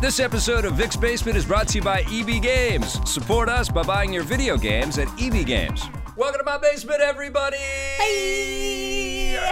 This episode of Vic's Basement is brought to you by EB Games. Support us by buying your video games at EB Games. Welcome to my basement, everybody!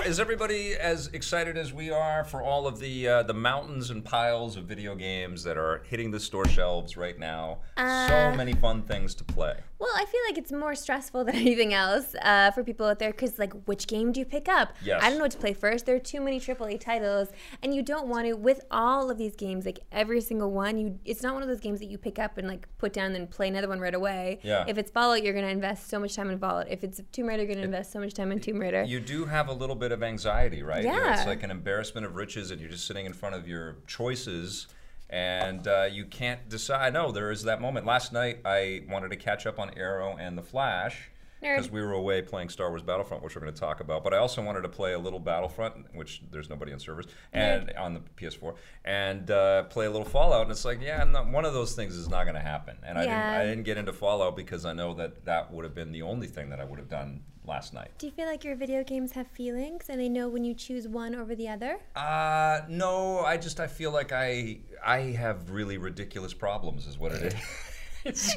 Is everybody as excited as we are for all of the uh, the mountains and piles of video games that are hitting the store shelves right now? so many fun things to play. Well, I feel like it's more stressful than anything else uh, for people out there because, like, which game do you pick up? Yes. I don't know what to play first. There are too many AAA titles, and you don't want to. With all of these games, like every single one, you it's not one of those games that you pick up and like put down and then play another one right away. Yeah. If it's Fallout, you're gonna invest so much time in Fallout. If it's Tomb Raider, you're gonna invest so much time in Tomb Raider. You do have a little bit of anxiety, right? You know, It's Yeah. like an embarrassment of riches, and you're just sitting in front of your choices, and uh, you can't decide. No, there is that moment. Last night, I wanted to catch up on Arrow and The Flash. Nerd. Because we were away playing Star Wars Battlefront, which we're going to talk about, but I also wanted to play a little Battlefront, which there's nobody on servers, and on the PS4, and uh, play a little Fallout. And it's like, yeah, I'm not, one of those things is not going to happen. And I, didn't, Yeah. I didn't get into Fallout because I know that that would have been the only thing that I would have done last night. do you feel like your video games have feelings and they know when you choose one over the other? Uh, no, I just I feel like I I have really ridiculous problems, is what it is.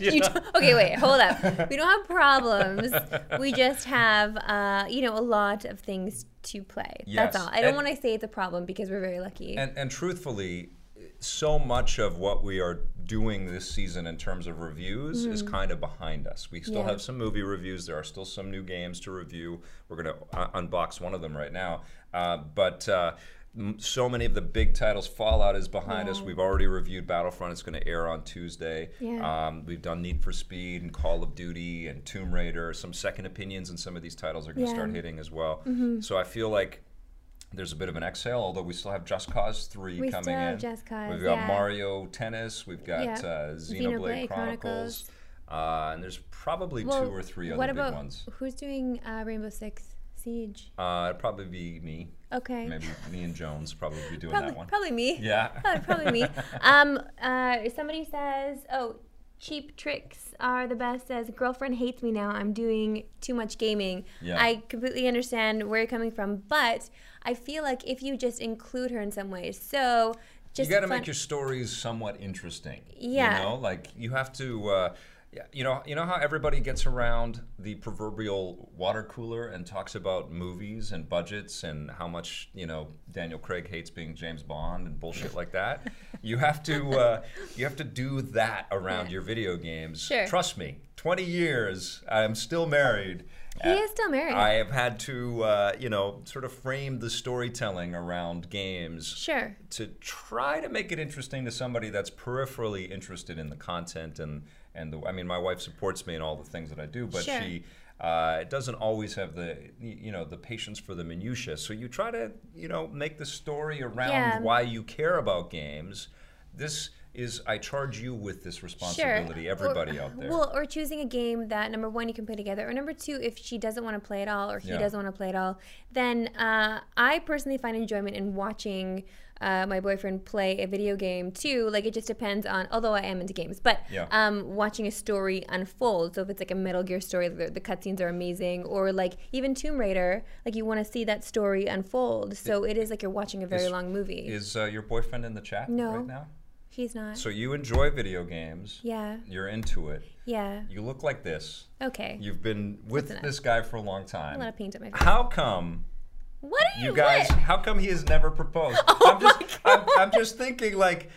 You don't- okay, wait, hold up. We don't have problems. We just have, uh, you know, a lot of things to play. Yes, That's all. I don't and- want to say it's a problem because we're very lucky. and and truthfully, so much of what we are doing this season in terms of reviews is kind of behind us. We still Mm-hmm. Yeah. have some movie reviews. There are still some new games to review. We're gonna uh, unbox one of them right now, uh, but. Uh, m- so many of the big titles, Fallout is behind us. We've already reviewed Battlefront. It's going to air on Tuesday. Yeah. Um, we've done Need for Speed and Call of Duty and Tomb Raider. Some second opinions and some of these titles are going to Yeah. Mm-hmm. start hitting as well. So I feel like there's a bit of an exhale, although we still have Just Cause 3 We coming still have in. Just Cause, we've got yeah. Mario Tennis, we've got Yeah. uh, Xenoblade, Chronicles, Xenoblade Chronicles. Uh, and there's probably Well, two or three other what big about ones. who's doing uh, Rainbow Six Siege? Uh, it'd probably be me. Okay. Maybe me and Jones probably be doing probably, that one. probably me. Yeah. Probably, Oh, probably me. Um, uh, somebody says, oh, cheap tricks are the best. Says, girlfriend hates me now. I'm doing too much gaming. Yeah. I completely understand where you're coming from, but I feel like if you just include her in some way, so you just got to fun- make your stories somewhat interesting. Yeah. You know, like you have to. Uh, yeah, you know, you know how everybody gets around the proverbial water cooler and talks about movies and budgets and how much you know Daniel Craig hates being James Bond and bullshit like that. You have to uh, you have to do that around your video games. Sure. Trust me, 20 years, I'm still married. He is still married. I have had to, uh, you know, sort of frame the storytelling around games sure. to try to make it interesting to somebody that's peripherally interested in the content and and the, I mean my wife supports me in all the things that I do, but Sure. she uh, doesn't always have the y- you know the patience for the minutia. So you try to you know make the story around Yeah. why you care about games. This is I charge you with this responsibility, Or- everybody out there. Well, or choosing a game that number one you can play together, or number two, if she doesn't want to play at all or he Yeah. doesn't want to play at all, then uh, I personally find enjoyment in watching. Uh, my boyfriend play a video game too like it just depends on although i am into games but Yeah. um, watching a story unfold so if it's like a metal gear story the, the cutscenes are amazing or like even tomb raider like you want to see that story unfold so it is like you're watching a very Is- long movie is uh, your boyfriend in the chat No. right now? he's not So you enjoy video games. yeah You're into it. yeah You look like this. okay You've been with Listen up. this guy for a long a time. lot of paint on my face How come what Oh are you, you guys? what? How come he has never proposed? I'm just, I'm, I'm just thinking like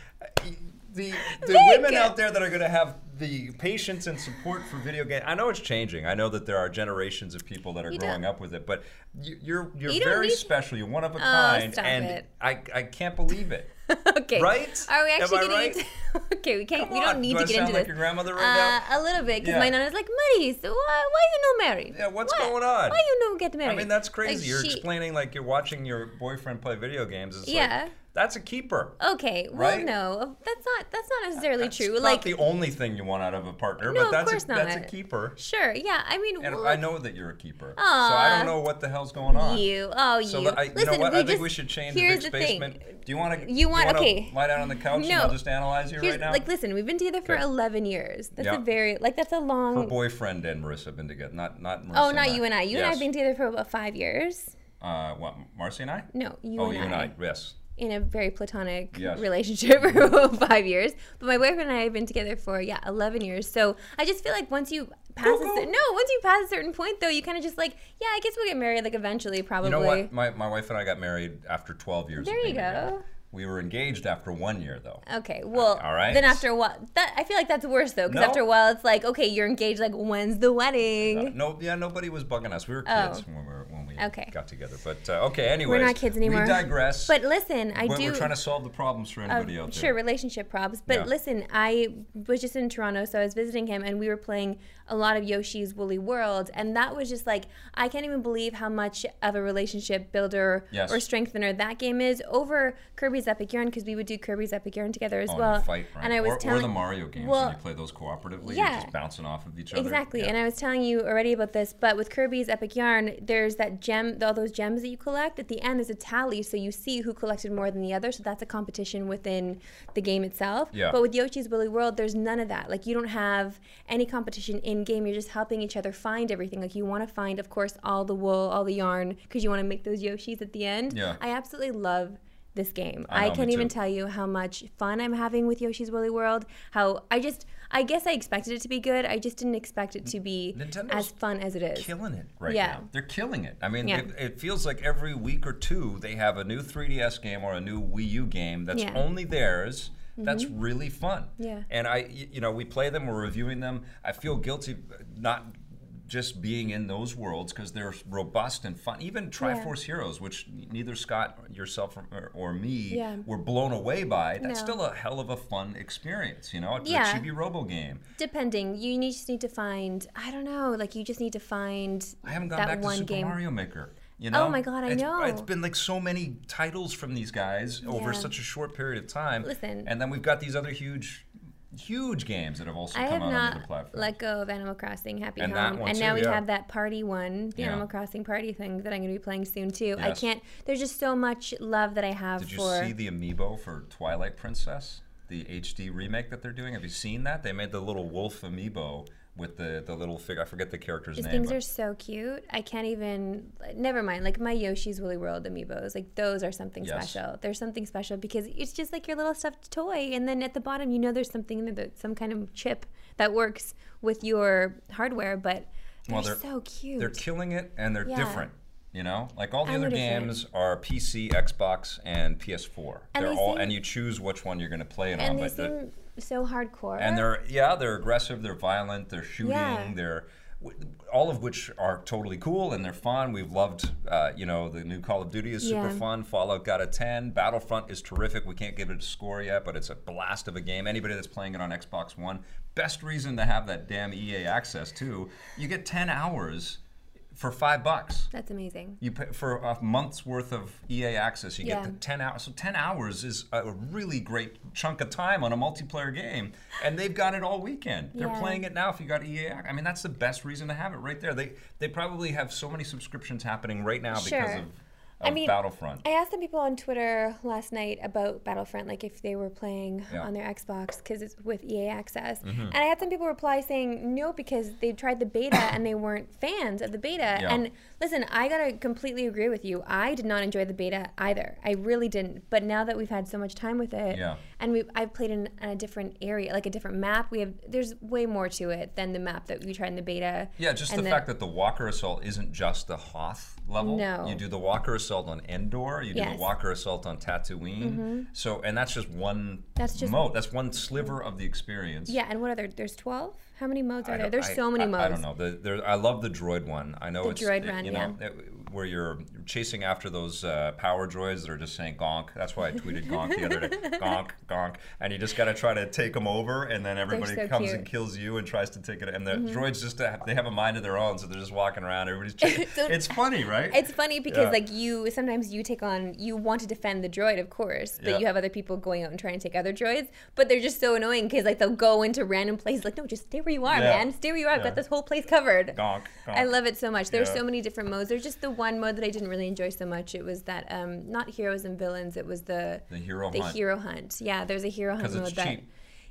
the the Vic! women out there that are going to have the patience and support for video game. I know it's changing. I know that there are generations of people that are You growing don't- up with it, but you, you're you're You don't very need- Oh, special. You're one of a kind, stop and it. I I can't believe it. okay. Right? Are we Am actually I getting right? into? okay, we can't. Come we on. don't need Do to I get sound into like this. your grandmother right uh, A little bit, because Yeah. my nana's like, Maris, why, why you no married? Yeah, what's Why- going on? Why you no get I married? mean, that's Like, crazy. you're she- explaining like you're watching your boyfriend play video games. It's Yeah. like, that's a keeper. Okay, well, Right? no, that's not that's not necessarily That's true. Not like, the only thing you want out of a partner, No, but of that's course a, that's a not. keeper. sure, yeah. I mean, And well, I know that you're a keeper, so I Aw. don't know what the hell's going on. you. Oh, So you. I, you Listen, know what? we I think just- we should change Vic's here's the thing. basement. Do you want to? You want- okay. Lie down on the couch and No. I'll just analyze you Here's, right now. Like, listen, we've been together for Okay. 11 years. That's Yeah. a very like that's a long. Her boyfriend and Marissa have been together. Not not. Marissa oh, not you and I. You and Yes. I have been together for about five years. Uh, what, Marcy and I? No, you, oh, and, you I, and I. Yes. in a very platonic Yes. relationship for five years. But my boyfriend and I have been together for yeah eleven years. So I just feel like once you pass a Cuckoo. cer- no, once you pass a certain point though, you kind of just like yeah, I guess we'll get married like eventually probably. You know what? My, my wife and I got married after 12 years. of There you being together. go. We were engaged after one year, though. Okay, well, all right. then after a while, that, I feel like that's worse though, because No. after a while, it's like, okay, you're engaged. Like, when's the wedding? No, yeah, nobody was bugging us. We were Oh. kids when we were, when we Okay. got together. But uh, okay, anyways, We're not kids anymore. We digress. But listen, I we're, do. Oh, we're trying to solve the problems for anybody out there. Sure, relationship props. But Yeah. listen, I was just in Toronto, so I was visiting him, and we were playing a lot of Yoshi's Woolly World, and that was just like I can't even believe how much of a relationship builder Yes. or strengthener that game is over Kirby's Epic Yarn because we would do Kirby's Epic Yarn together as Oh, and you well. fight, right? And I was or, telling or the Mario games Well, when you play those cooperatively, yeah. you're just bouncing off of each other. Exactly, Yeah. and I was telling you already about this, but with Kirby's Epic Yarn, there's that gem, all those gems that you collect. At the end, there's a tally, so you see who collected more than the other. So that's a competition within the game itself. Yeah. But with Yoshi's Woolly World, there's none of that. Like you don't have any competition in game. You're just helping each other find everything. Like you want to find, of course, all the wool, all the yarn, because you want to make those Yoshis at the end. Yeah. I absolutely love. This game, I I, know, me can't even too. tell you how much fun I'm having with Yoshi's Woolly World. How I just, I guess I expected it to be good. I just didn't expect it to be Nintendo's as fun as it is. killing it right Yeah. now. They're killing it. I mean, Yeah. it, it feels like every week or two they have a new 3DS game or a new Wii U game that's Yeah. Mm-hmm. only theirs. That's really fun. Yeah. And I, y- you know, we play them, we're reviewing them. I feel guilty not just being in those worlds because they're robust and fun. Even Triforce Heroes, which neither Scott, yourself, or, or me Yeah. were blown away by, that's No. still a hell of a fun experience. You know, it's Yeah. a chibi robo game. Depending, you need, just need to find. I don't know. Like you just need to find. I haven't gone that back to one Super game. Mario Maker. You Oh know? my God, I It's- know. It's been like so many titles from these guys over Yeah. such a short period of time. Listen. And then we've got these other huge, huge games that have also I come have out on other not platforms. let go of Animal Crossing Happy And that Home, one and too, now we yeah. have that party one, the Yeah. Animal Crossing party thing that I'm going to be playing soon too. I Yes. can't. There's just so much love that I have Did you for. see the amiibo for Twilight Princess? The HD remake that they're doing? Have you seen that? They made the little wolf amiibo with the, the little figure. I forget the character's These name. things but- are so cute. I can't even. Never mind. Like my Yoshi's Woolly World amiibos, like those are something Yes. special. There's something special because it's just like your little stuffed toy, and then at the bottom, you know, there's something in there, that- some kind of chip that works with your hardware. But they're, Well, they're- so cute. they're killing it and they're Yeah. different. You know, like all the And other they're different. games are PC, Xbox, and PS4. And they're they all, seem- and you choose which one you're going to play it on. and they But the- seem so hardcore. and they're yeah, they're aggressive, they're violent, they're shooting, Yeah. they're w- all of which are totally cool and they're fun. We've loved, uh, you know, the new Call of Duty is super Yeah. fun. Fallout got a ten. Battlefront is terrific. We can't give it a score yet, but it's a blast of a game. Anybody that's playing it on Xbox One, best reason to have that damn EA access too. You get ten hours for five bucks. That's amazing. You pay for a month's worth of EA access. You get Yeah. the ten hours. So ten hours is a really great chunk of time on a multiplayer game, and they've got it all weekend. They're Yeah. playing it now. If you got EA, ac- I mean that's the best reason to have it right there. They they probably have so many subscriptions happening right now because Sure. of, of I mean, Battlefront. I asked some people on Twitter last night about Battlefront, like if they were playing Yeah. Mm-hmm. on their Xbox because it's with EA Access. And I had some people reply saying no because they tried the beta and they weren't fans of the beta. Yeah. And listen, I gotta completely agree with you. I did not enjoy the beta either. I really didn't. But now that we've had so much time with it, Yeah. and we I've played in, in a different area, like a different map. We have there's way more to it than the map that we tried in the beta. Yeah, just the, and fact that the Walker Assault isn't just the Hoth level. No. You do the Walker Assault on Endor, you do Yes. Mm-hmm. the Walker Assault on Tatooine. So, and that's just one That's just- mode. That's one sliver of the experience. Yeah, and what are there? There's 12? How many modes I are there? don't- There's I- so many I, modes. I don't know. The, there, I love the droid one. I know The it's droid it- one, you know, it- where you're chasing after those uh, power droids that are just saying gonk. That's why I tweeted gonk the other day. Gonk, gonk, and you just got to try to take them over, and then everybody so comes cute. Mm-hmm. and kills you and tries to take it. And the droids just have, they have a mind of their own, so they're just walking around. Everybody's checking. So- it's funny, right? It's funny because Yeah. like you sometimes you take on you want to defend the droid, of course, but Yeah. you have other people going out and trying to take other droids. But they're just so annoying because like they'll go into random places like, no, just stay where you are, Yeah. man. Stay where you are. I've Yeah. got this whole place covered. gonk, gonk. I love it so much. There's Yeah. so many different modes. There's just the one mode that I didn't really enjoy so much. It was that um not heroes and villains. It was the the hero the hunt. hero hunt. Yeah, there's a hero hunt 'Cause mode it's that. cheap.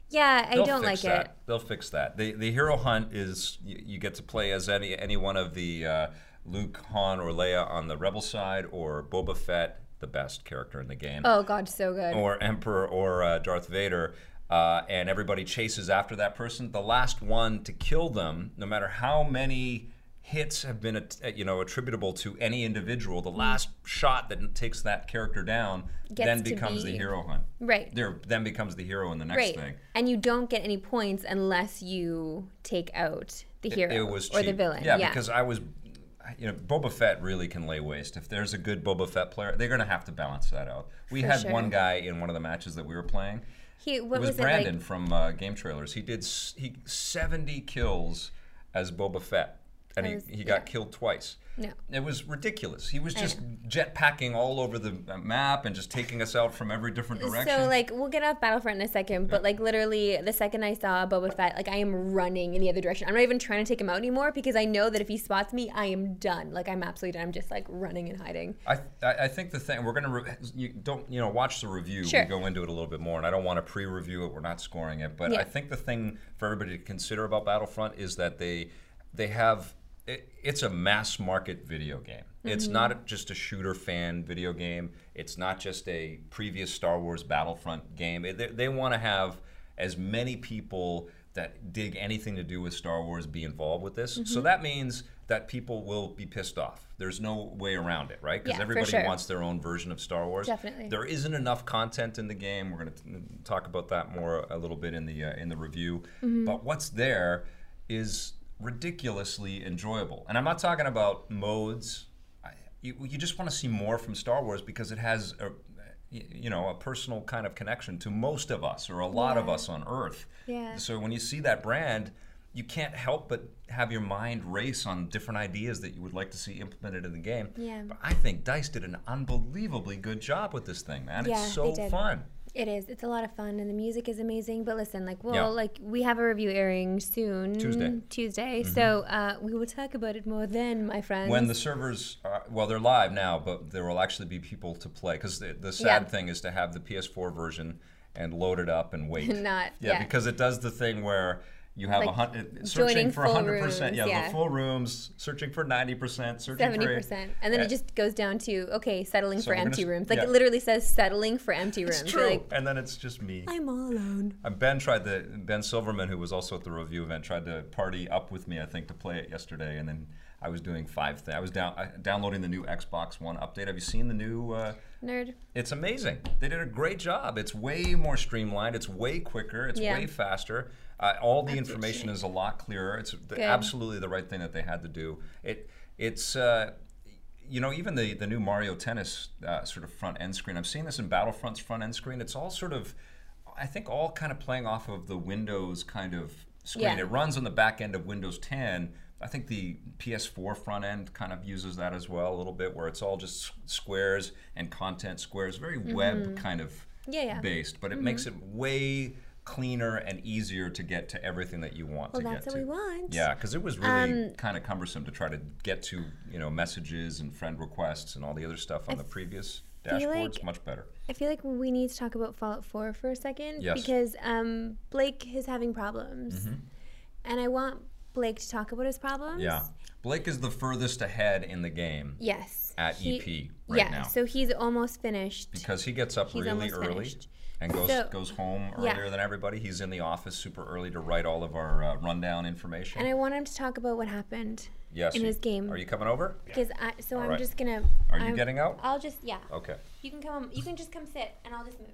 Yeah, I They'll don't like fix that. it. They'll fix that. The the hero hunt is you, you get to play as any any one of the uh, Luke, Han, or Leia on the rebel side, or Boba Fett, the best character in the game, Oh god, so good. or Emperor, or uh, Darth Vader. Uh, and everybody chases after that person. The last one to kill them, no matter how many hits have been, at, you know, attributable to any individual, the last shot that takes that character down Gets then to becomes the be- hero hunt. Right. There, then becomes the hero in the next Right. thing. And you don't get any points unless you take out the hero it was cheap. or the villain. Yeah, Yeah, because I was, you know, Boba Fett really can lay waste. If there's a good Boba Fett player, they're going to have to balance that out. We For had sure. one guy in one of the matches that we were playing. he what it was, was, Brandon it like? from uh, Game Trailers. He did s- he 70 kills as Boba Fett, and I he, was- he got killed twice. No. It was ridiculous. He was just jetpacking all over the uh, map and just taking us out from every different direction. So like we'll get off Battlefront in a second, but like literally the second I saw Boba Fett, like I am running in the other direction. I'm not even trying to take him out anymore because I know that if he spots me, I am done. Like I'm absolutely done. I'm just like running and hiding. I, I I think the thing we're gonna re- you don't you know watch the review Sure. we go into it a little bit more and I don't want to pre-review it we're not scoring it but I Yeah. think the thing for everybody to consider about Battlefront is that they they have it, it's a mass market video game Mm-hmm. it's not just a shooter fan video game it's not just a previous Star Wars Battlefront game they, they want to have as many people that dig anything to do with Star Wars be involved with this Mm-hmm. so that means that people will be pissed off there's no way around it right because Yeah, for everybody sure. wants their own version of Star Wars. Definitely. there isn't enough content in the game. We're going to talk about that more a little bit in the uh, in the review. Mm-hmm. But what's there is ridiculously enjoyable, and I'm not talking about modes. I, you, you just want to see more from Star Wars because it has a y- you know a personal kind of connection to most of us or a lot of Yeah. us on Earth. Yeah. So when you see that brand. You can't help but have your mind race on different ideas that you would like to see implemented in the game. Yeah. But I think Dice did an unbelievably good job with this thing, man. Yeah, it's so they did. fun. It is. It's a lot of fun, and the music is amazing. But listen, like, well, Yeah. like we have a review airing soon, Tuesday. Mm-hmm. Tuesday. So uh, we will talk about it more then, my friends. When the servers, are, well, they're live now, but there will actually be people to play. Because the, the sad Yeah. thing is to have the PS4 version and load it up and wait. Not- yeah, yeah. because it does the thing where you have a Like, hundred joining searching for full hundred percent. rooms, Yeah, yeah. the full rooms, searching for ninety percent, searching Seventy for percent, and then Yeah. it just goes down to okay, settling So for we're gonna empty s- rooms. Like yeah. it literally says settling for empty rooms. It's true, Like and then it's just me. I'm all alone. Uh, Ben tried the Ben Silverman, who was also at the review event, tried to party up with me. I think to play it yesterday, and then I was doing five things. I was down I, downloading the new Xbox One update. Have you seen the new? Uh, Nerd. it's amazing. They did a great job. It's way more streamlined. It's way quicker. It's Yeah. way faster. Uh, all the information is a lot clearer. It's the, Good. absolutely the right thing that they had to do. It it's. Uh, you know, even the, the new Mario Tennis uh, sort of front end screen, I've seen this in Battlefront's front end screen. It's all sort of, I think, all kind of playing off of the Windows kind of screen. Yeah. It runs on the back end of Windows 10. I think the PS4 front end kind of uses that as well a little bit, where it's all just s- squares and content squares, very web kind of Mm-hmm. Yeah, yeah. Mm-hmm. based, but it makes it way cleaner and easier to get to everything that you want Well, to that's get what to. we want. Yeah, because it was really Um, kind of cumbersome to try to get to, you know, messages and friend requests and all the other stuff on the previous feel dashboards. like- Much better. I feel like we need to talk about Fallout 4 for a second Yes. Mm-hmm. because um, Blake is having problems, and I want Blake to talk about his problems. Yeah. Blake is the furthest ahead in the game Yes. at He- EP right yeah. now. So he's almost finished. because he gets up He's really almost early finished. and goes So- goes home Yeah. earlier than everybody. He's in the office super early to write all of our uh, rundown information. and I want him to talk about what happened yes. in you- his game. Are you coming over? because I. So I'm right. just gonna. Are you I'm- getting out? I'll just yeah. Okay. You can come. You can just come sit, and I'll just move.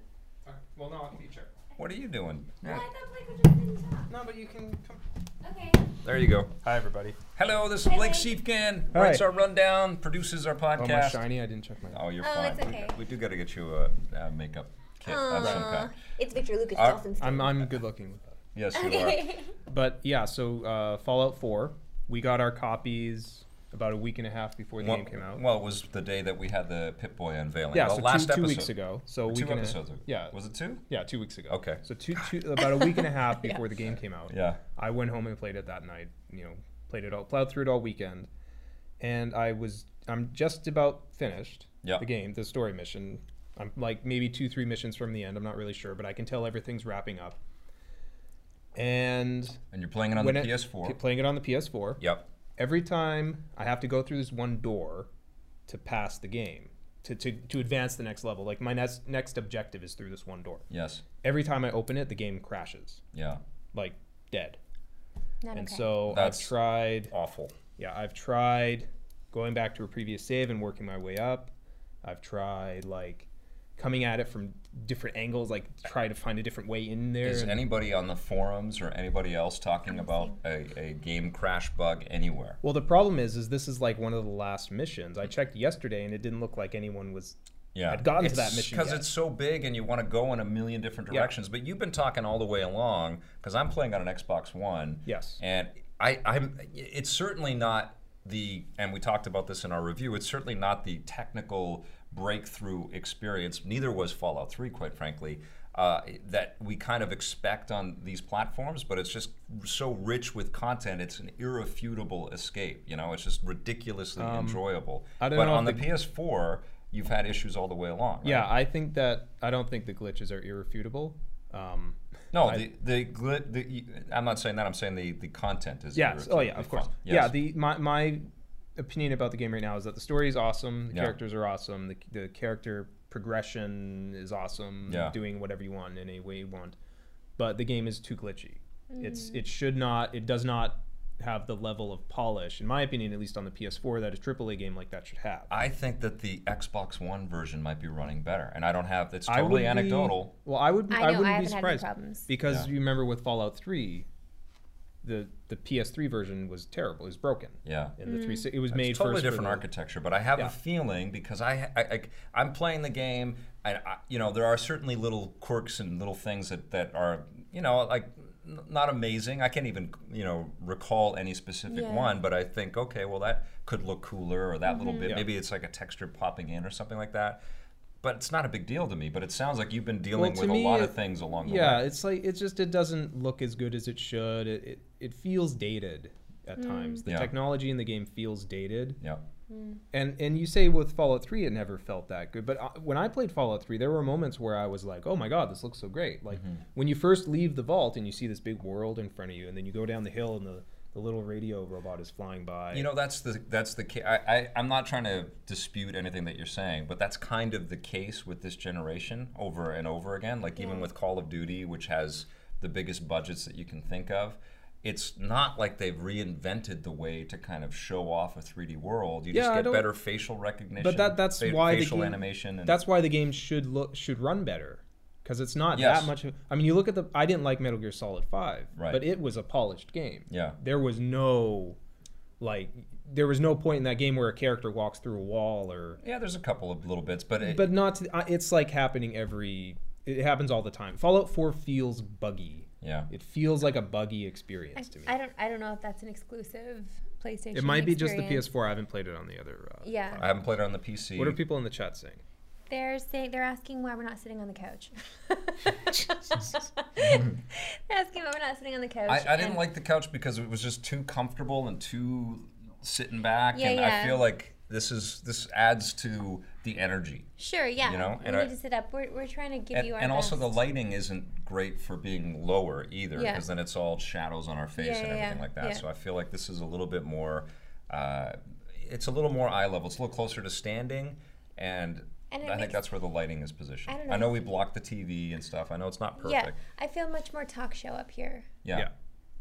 Alright, Well, no, I'll feature. What are you doing? Well, I Yeah, thought Blake would just sit and talk. No, but you can come. Okay. There you go. Hi, everybody. Hello, this is Hi, Blake Blake. Sheepkin. Hi. Writes our rundown, produces our Oh, my podcast. shiny! I didn't check my. Oh, you're Oh, fine. it's We- okay. We do got to get you a, uh makeup kit of some Aw, kind. It's Victor Lucas Our- Johnson's. I'm I'm good looking with that. Yes, you are. Okay. But yeah, so uh, Fallout 4, we got our copies about a week and a half before the Well, game came out. well, it was the day that we had the Pip Boy unveiling. yeah, Well, so two, last two episode. weeks ago. So we Two can, episodes ago. Yeah, Was it two? yeah, two weeks ago. Okay. So two, two about a week and a half before the game came out. Yeah. I went home and played it that night. You know, played it all, plowed through it all weekend, and I was I'm just about finished Yeah. the game, the story mission. I'm like maybe two, three missions from the end. I'm not really sure, but I can tell everything's wrapping up. and And you're playing it on when the it- PS4. p- playing it on the PS4. yep. Every time I have to go through this one door to pass the game to to, to advance the next level. Like my next next objective is through this one door. Yes. Every time I open it, the game crashes, Yeah. like dead. Not And okay. so That's- I've tried Awful. yeah, I've tried going back to a previous save and working my way up. I've tried like coming at it from different angles, like try to find a different way in there. Is and- anybody on the forums or anybody else talking about a, a game crash bug anywhere? well, the problem is, is this is like one of the last missions. I checked yesterday, and it didn't look like anyone was. Yeah, I'd gotten to that mission because yet. it's so big and you want to go in a million different directions. But you've been talking all the way along because I'm playing on an Xbox One. Yes. and I, I'm. It's certainly not the, and we talked about this in our review. It's certainly not the technical breakthrough experience. Neither was Fallout Three, quite frankly. Uh, that we kind of expect on these platforms, but it's just so rich with content. It's an irrefutable escape. You know, it's just ridiculously enjoyable. Um, I don't but know if on the the- PS4, you've had issues all the way along. Right? Yeah, I think that I don't think the glitches are irrefutable. Um, No, the the, glit, the I'm not saying that. I'm saying the, the content is. yes. Oh yeah, irrefutably of course. fun. Yeah. Yes. The my my opinion about the game right now is that the story is awesome. The Yeah. characters are awesome. The, the character progression is awesome. Yeah. Doing whatever you want in any way you want, but the game is too glitchy. It's Mm. it should not. It does not have the level of polish, in my opinion, at least on the PS4, that a AAA game like that should have. I think that the Xbox One version might be running better, and I don't have. It's I would totally be- anecdotal. well, I would. I I, know, I haven't wouldn't be had any surprised problems. because Yeah. you remember with Fallout Three, the the PS3 version was terrible. It was broken. Yeah. And the three, it was made It's totally first for different the- architecture, but I have Yeah. a feeling because I, I, I I'm playing the game, and I, you know there are certainly little quirks and little things that that are you know like n- not amazing. I can't even you know recall any specific Yeah. one, but I think okay, well that could look cooler or that little bit. Yeah. Maybe it's like a texture popping in or something like that. But it's not a big deal to me. But it sounds like you've been dealing to with me, a lot it- of things along the Yeah, way. it's like it's just it doesn't look as good as it should. It it, it feels dated at times. The Yeah. technology in the game feels dated. Yeah. And and you say with Fallout 3 it never felt that good, but uh, when I played Fallout 3 there were moments where I was like, "Oh my god, this looks so great." Like Mm-hmm. when you first leave the vault and you see this big world in front of you and then you go down the hill and the the little radio robot is flying by. You know that's the that's the case. I, I I'm not trying to dispute anything that you're saying, but that's kind of the case with this generation over and over again. Like even with Call of Duty, which has the biggest budgets that you can think of, it's not like they've reinvented the way to kind of show off a 3D world. You Yeah, I just get don't- better facial recognition. but that that's fa- why facial the game, animation. And, that's why the game should look should run better because it's not Yes. that much. Of, I mean, you look at the. I didn't like Metal Gear Solid Five, Right. but it was a polished game. Yeah. there was no, like, there was no point in that game where a character walks through a wall or. yeah, there's a couple of little bits, but, it, But not. To, uh, it's like happening every. It happens all the time. Fallout Four feels buggy. yeah, It feels like a buggy experience to me. I, I don't. I don't know if that's an exclusive PlayStation. it might be just the experience. PS4. I haven't played it on the other. Uh, Yeah. I haven't played it on the PC. What are people in the chat saying? They're saying they're asking why we're not sitting on the couch. they're asking why we're not sitting on the couch. I, I didn't and- like the couch because it was just too comfortable and too sitting back, Yeah, and yeah. I feel like this is this adds to the energy, Sure, yeah. you know, we and need I- to sit up. We're, we're trying to give and, you our and also the best. lighting isn't great for being lower either, Yeah. because then it's all shadows on our face Yeah, and yeah, everything yeah, like that. yeah. So I feel like this is a little bit more, uh, it's a little more eye level. It's a little closer to standing, and, And it I think makes- that's where the lighting is positioned. I don't know. we block the TV and stuff. I know it's not Yeah, perfect. I feel much more talk show up here. Yeah. Yeah.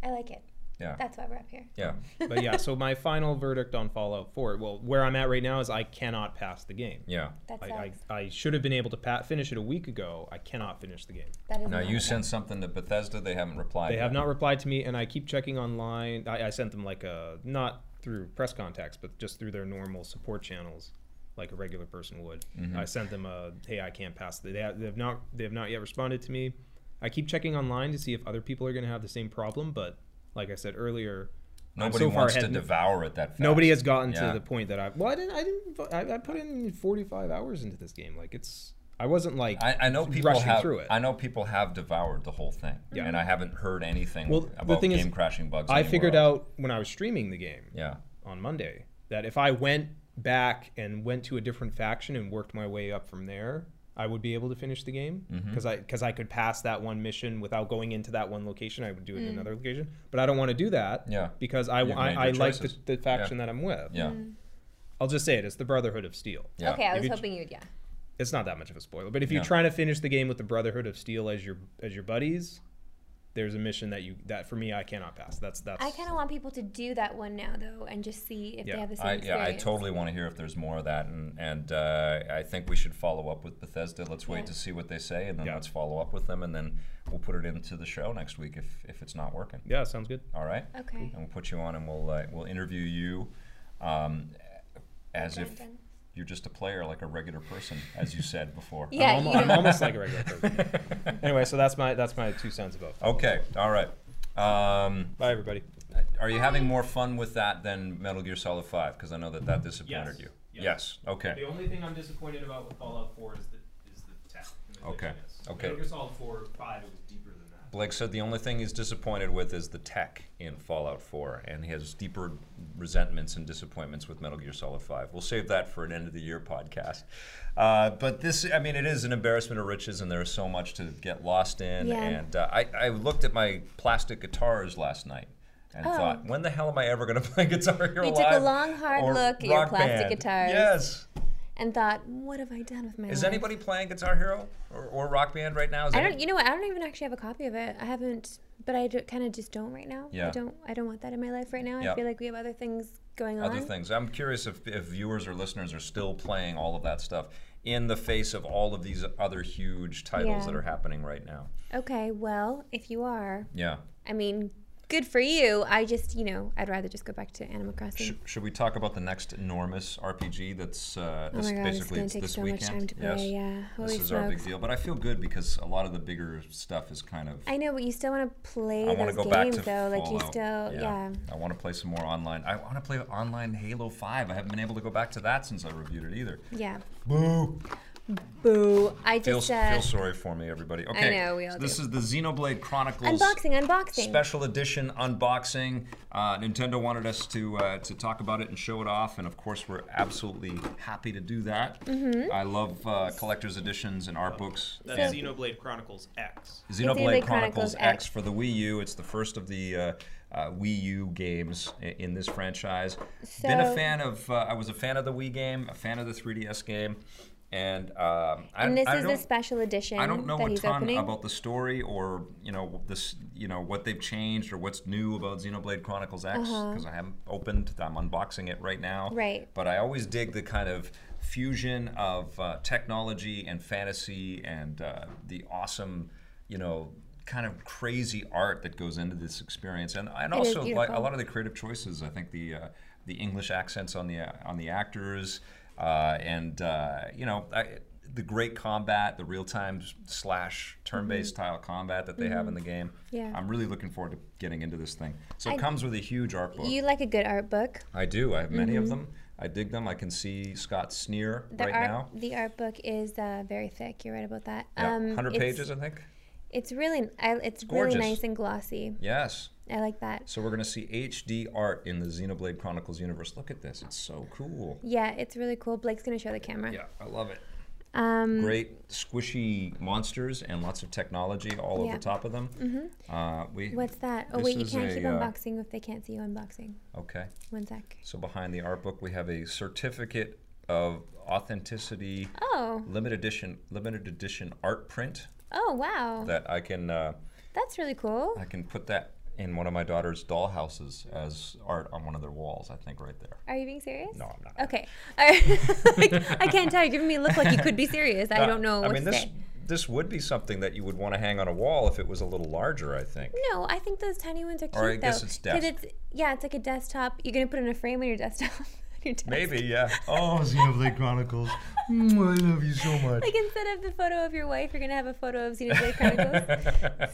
I like it. Yeah. That's why we're up here. yeah. but yeah, so my final verdict on Fallout 4, well, where I'm at right now is I cannot pass the game. That I, sucks. I, I should have been able to pa- finish it a week ago. I cannot finish the game. that is Now not you okay. sent something to Bethesda. They haven't replied. They have yet. not replied to me, and I keep checking online. I, I sent them like a, not through press contacts, but just through their normal support channels, like a regular person would. I sent them a, hey, I can't pass. The-" They have, they have not, they have not yet responded to me. I keep checking online to see if other people are going to have the same problem, but like I said earlier, I'm Nobody so far wants to ahead- devour it that fast. Nobody has gotten Yeah. to the point that I. Well, I didn't. I didn't. vo- I, I put in 45 hours into this game. Like it's. I wasn't like. I, I know people rushing have. through it. I know people have devoured the whole thing, Yeah. and I haven't heard anything Well, the about thing is, game crashing bugs. I anywhere figured else. out when I was streaming the game Yeah, on Monday that if I went back and went to a different faction and worked my way up from there, I would be able to finish the game Mm-hmm. because I because I could pass that one mission without going into that one location. I would do it in another location, but I don't want to do that. Yeah. Because I You've made I, I your like the, choices. the faction that I'm with. Yeah. Mm, I'll just say it. It's the Brotherhood of Steel. Yeah. Okay, I If was you- hoping you'd yeah. It's not that much of a spoiler, but if you're No. trying to finish the game with the Brotherhood of Steel as your as your buddies, there's a mission that you that for me I cannot pass. That's that's. I kind of want people to do that one now though, and just see if Yeah. they have the same I, yeah, experience. I totally want to hear if there's more of that, and and uh, I think we should follow up with Bethesda. Let's wait Yeah. to see what they say, and then Yeah. let's follow up with them, and then we'll put it into the show next week if, if it's not working. Yeah, sounds good. All right, Okay. and we'll put you on, and we'll uh, we'll interview you um, as if Brandon. you're just a player, like a regular person, as you said before. Yeah, I'm, you almo- I'm don't- almost like a regular person. anyway, so that's my that's my two cents about. That. Okay. All right. Um, Bye, everybody. are you having more fun with that than Metal Gear Solid Five? Because I know that that disappointed Yes. you. Yes. Yes. Okay. only thing I'm disappointed about with Fallout 4 is the is the tech. Okay. Okay. Metal Gear Solid 4, 5, it was deeper than that. Blake said the only thing he's disappointed with is the tech in Fallout 4 and his deeper resentments and disappointments with Metal Gear Solid 5. We'll save that for an end of the year podcast. Uh, but this, I mean, it is an embarrassment of riches, and there is so much to get lost in. Yeah. And uh, I, I looked at my plastic guitars last night. And Oh. thought, when the hell am I ever going to play Guitar Hero You Live? took a long, hard or look at your Rock plastic Band? guitars. Yes. and thought, what have I done with my Is life? anybody playing Guitar Hero or, or Rock Band right now? Is I any- don't. You know what? I don't even actually have a copy of it. I haven't, but I kind of just don't right now. Yeah. I don't. I don't want that in my life right now. Yeah. I feel like we have other things going on. other things. I'm curious if, if viewers or listeners are still playing all of that stuff in the face of all of these other huge titles Yeah. that are happening right now. Okay. Well, if you are, Yeah. I mean, good for you. I just, you know, I'd rather just go back to Animal Crossing. Sh- should we talk about the next enormous RPG that's uh, oh this, my god, it's basically gonna it's take this so weekend? much time to play. yes. Yeah. Holy this is our big smokes. deal, but I feel good because a lot of the bigger stuff is kind of. I know, but you still want to play I want those to go back games to though. Like you Fallout. still, yeah. I want to play some more online. I want to play online Halo Five. I haven't been able to go back to that since I reviewed it either. Yeah. Boo! Boo. I Feel, just uh, feel sorry for me, everybody. Okay, know, we all so this is the Xenoblade Chronicles unboxing, unboxing. special edition unboxing. Uh, Nintendo wanted us to uh, to talk about it and show it off, and of course, we're absolutely happy to do that. Mm-hmm. I love uh, collector's editions in art books. That's and- Xenoblade Chronicles X. Xenoblade, Xenoblade Chronicles, Chronicles X X. for the Wii U. It's the first of the uh, uh, Wii U games i- in this franchise. Been a So- fan of. Uh, I was a fan of the Wii game, a fan of the 3DS game, and um, I, and this I is don't- the special edition I don't know that a he's ton opening. about the story or you know this you know what they've changed or what's new about Xenoblade Chronicles X because I haven't opened. I'm unboxing it right now. Uh-huh. Right. But I always dig the kind of fusion of uh, technology and fantasy and uh, the awesome you know kind of crazy art that goes into this experience and and It is also like a beautiful. lot of the creative choices. I think the uh, the English accents on the uh, on the actors, uh, and uh, you know I, the great combat, the real time slash turn based style combat that they have in the game. Mm-hmm. Yeah. I'm really looking forward to getting into this thing. So it I- comes with a huge art book. You like a good art book. I do. I have many of them. I dig them. I can see Scott sneer The right art now. the art book is uh, very thick. You're right about that. Yeah, Um, 100 it's- pages, I think. It's really I, it's gorgeous. really nice and glossy. Yes. I like that. So we're going to see HD art in the Xenoblade Chronicles universe. Look at this. It's so cool. Yeah, it's really cool. Blake's gonna show the camera. Yeah, I love it. Um, great squishy monsters and lots of technology all Yeah. over top of them. Mm-hmm. Uh, we what's that? Oh This wait, you is can't a, keep uh, unboxing if they can't see you unboxing. okay. One sec. So behind the art book, we have a certificate of authenticity, Oh, limited edition, limited edition art print oh wow, that I can uh, that's really cool. I can put that in one of my daughter's dollhouses as art on one of their walls. I think right there. Are you being serious? No, I'm not. Okay. All right. I can't tell. You're giving me a look like you could be serious. I Uh, don't know. What I mean, to this say. this would be something that you would want to hang on a wall if it was a little larger. I think. No, I think those tiny ones are cute Or I though. guess it's 'cause desk. it's- yeah, it's like a desktop. You're gonna put it in a frame on your desktop. on your desk. Maybe, yeah. Oh, Xenoblade Chronicles. Mm, I love you so much. Like instead of the photo of your wife, you're gonna have a photo of Xenoblade Chronicles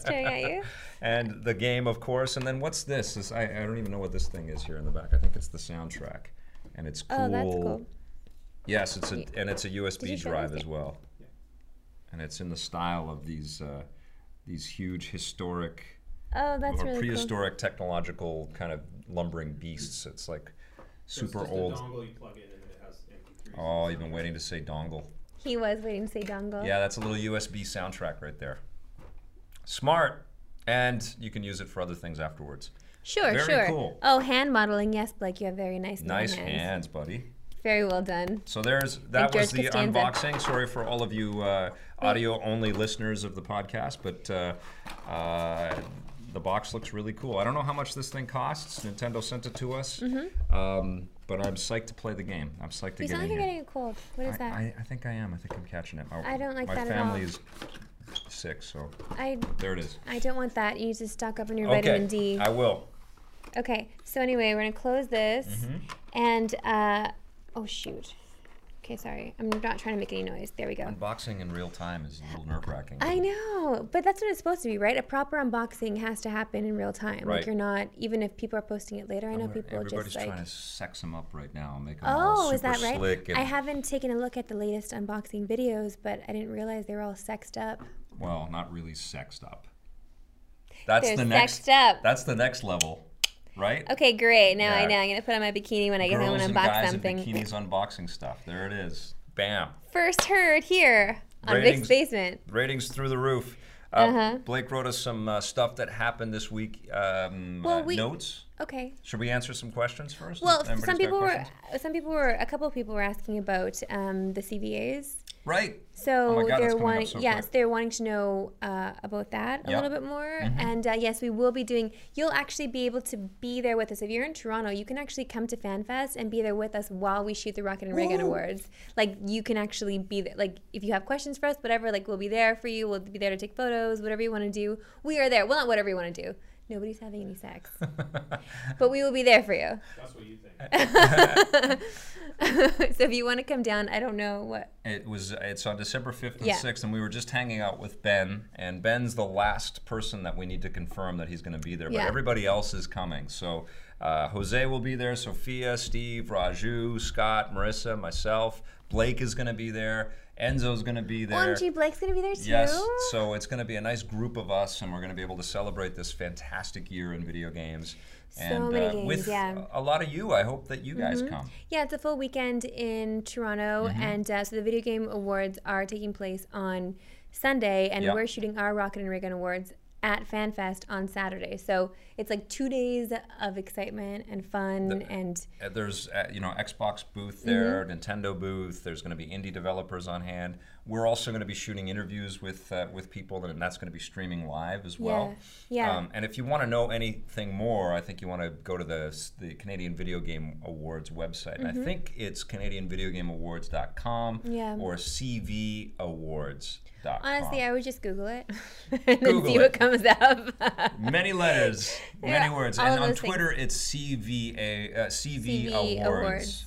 staring at you. and the game, of course. And then what's this? this I, I don't even know what this thing is here in the back. I think it's the soundtrack, and it's cool. Oh, that's cool. Yes, it's a and it's a Did you USB show drive these as well, and it's in the style of these uh, these huge historic Oh, that's or really prehistoric technological kind of lumbering beasts. It's like super old. dongle you plug in and it has MP3s. Oh, you've been waiting to say dongle. He was waiting to say dongle. Yeah, that's a little USB soundtrack right there. Smart, and you can use it for other things afterwards. Sure, Very sure. cool. Oh, hand modeling. Yes, Blake, you have very nice, little Nice hands. hands, buddy. Very well done. So there's that George was the Costanza. unboxing. Sorry for all of you uh, audio only listeners of the podcast, but uh, uh, the box looks really cool. I don't know how much this thing costs. Nintendo sent it to us, um, but I'm psyched to play the game. I'm psyched to Mm-hmm. You get sound in like you're here. getting a cold. What is I, that? I, I think I am. I think I'm catching it. My, I don't like my that at all. family is sick, so I, there it is. I don't want that. You need to stock up on your Okay, vitamin D. I will. Okay. So anyway, we're gonna close this, Mm-hmm. and uh, oh shoot. Okay, sorry. I'm not trying to make any noise. There we go. Unboxing in real time is a little nerve wracking. I know, but that's what it's supposed to be, right? A proper unboxing has to happen in real time. Right. Like you're not, even if people are posting it later. I know people Everybody's just like. trying to sex them up right now, make them all Oh, super is that right? slick. And, I haven't taken a look at the latest unboxing videos, but I didn't realize they were all sexed up. well, not really sexed up. That's They're the next. sexed up. That's the next level, right? Okay, great. Now I Yeah. know. I'm gonna put on my bikini when I get Girls home and and unbox guys something. in bikinis unboxing stuff. There it is. Bam. First heard here on Ratings. Vic's basement. Ratings through the roof. Uh, Uh-huh. Blake wrote us some uh, stuff that happened this week. Um, Well, uh, we- notes. Okay. Should we answer some questions first? Well, Anybody's some got people were, questions? some people were, a couple of people were asking about um, the CVAs. right. Oh So my God, that's they're coming up wanting, so yes, quick. they're wanting to know uh, about that a Yeah. Mm-hmm. little bit more. And uh, yes, we will be doing. You'll actually be able to be there with us if you're in Toronto. You can actually come to FanFest and be there with us while we shoot the Rocket and Reagan Awards. Like you can actually be there. Like if you have questions for us, whatever, like we'll be there for you. We'll be there to take photos, whatever you want to do. We are there. Well, not whatever you want to do. Nobody's having any sex, but we will be there for you. That's what you think. so if you want to come down, I don't know what. It was. It's on December fifth and Yeah. sixth, and we were just hanging out with Ben. And Ben's the last person that we need to confirm that he's going to be there. Yeah. But everybody else is coming. So uh, Jose will be there. Sophia, Steve, Raju, Scott, Marissa, myself. Blake is going to be there. Enzo's going to be there. OMG, Blake's gonna be there too. Yes, so it's going to be a nice group of us, and we're going to be able to celebrate this fantastic year in video games. So and many uh, games, with yeah. Mm-hmm. a lot of you, I hope that you guys come. Yeah, it's a full weekend in Toronto, Mm-hmm. and uh, so the Video Game Awards are taking place on Sunday, and Yeah. we're shooting our Rocket and Reagan Awards at FanFest on Saturday. So it's like two days of excitement and fun, and Uh, there's uh, you know Xbox booth there, Mm-hmm. Nintendo booth. There's going to be indie developers on hand. We're also going to be shooting interviews with uh, with people, and that's going to be streaming live as well. Yeah, yeah. Um, and if you want to know anything more, I think you want to go to the s- the Canadian Video Game Awards website. And I think it's CanadianVideoGameAwards.com Mm-hmm. Yeah. or CVAwards.com. honestly, I would just Google it and then uh, Google see what it. comes up. many letters, There many are words, all and of on those things. Twitter it's CVA uh, CV, CV awards. Awards.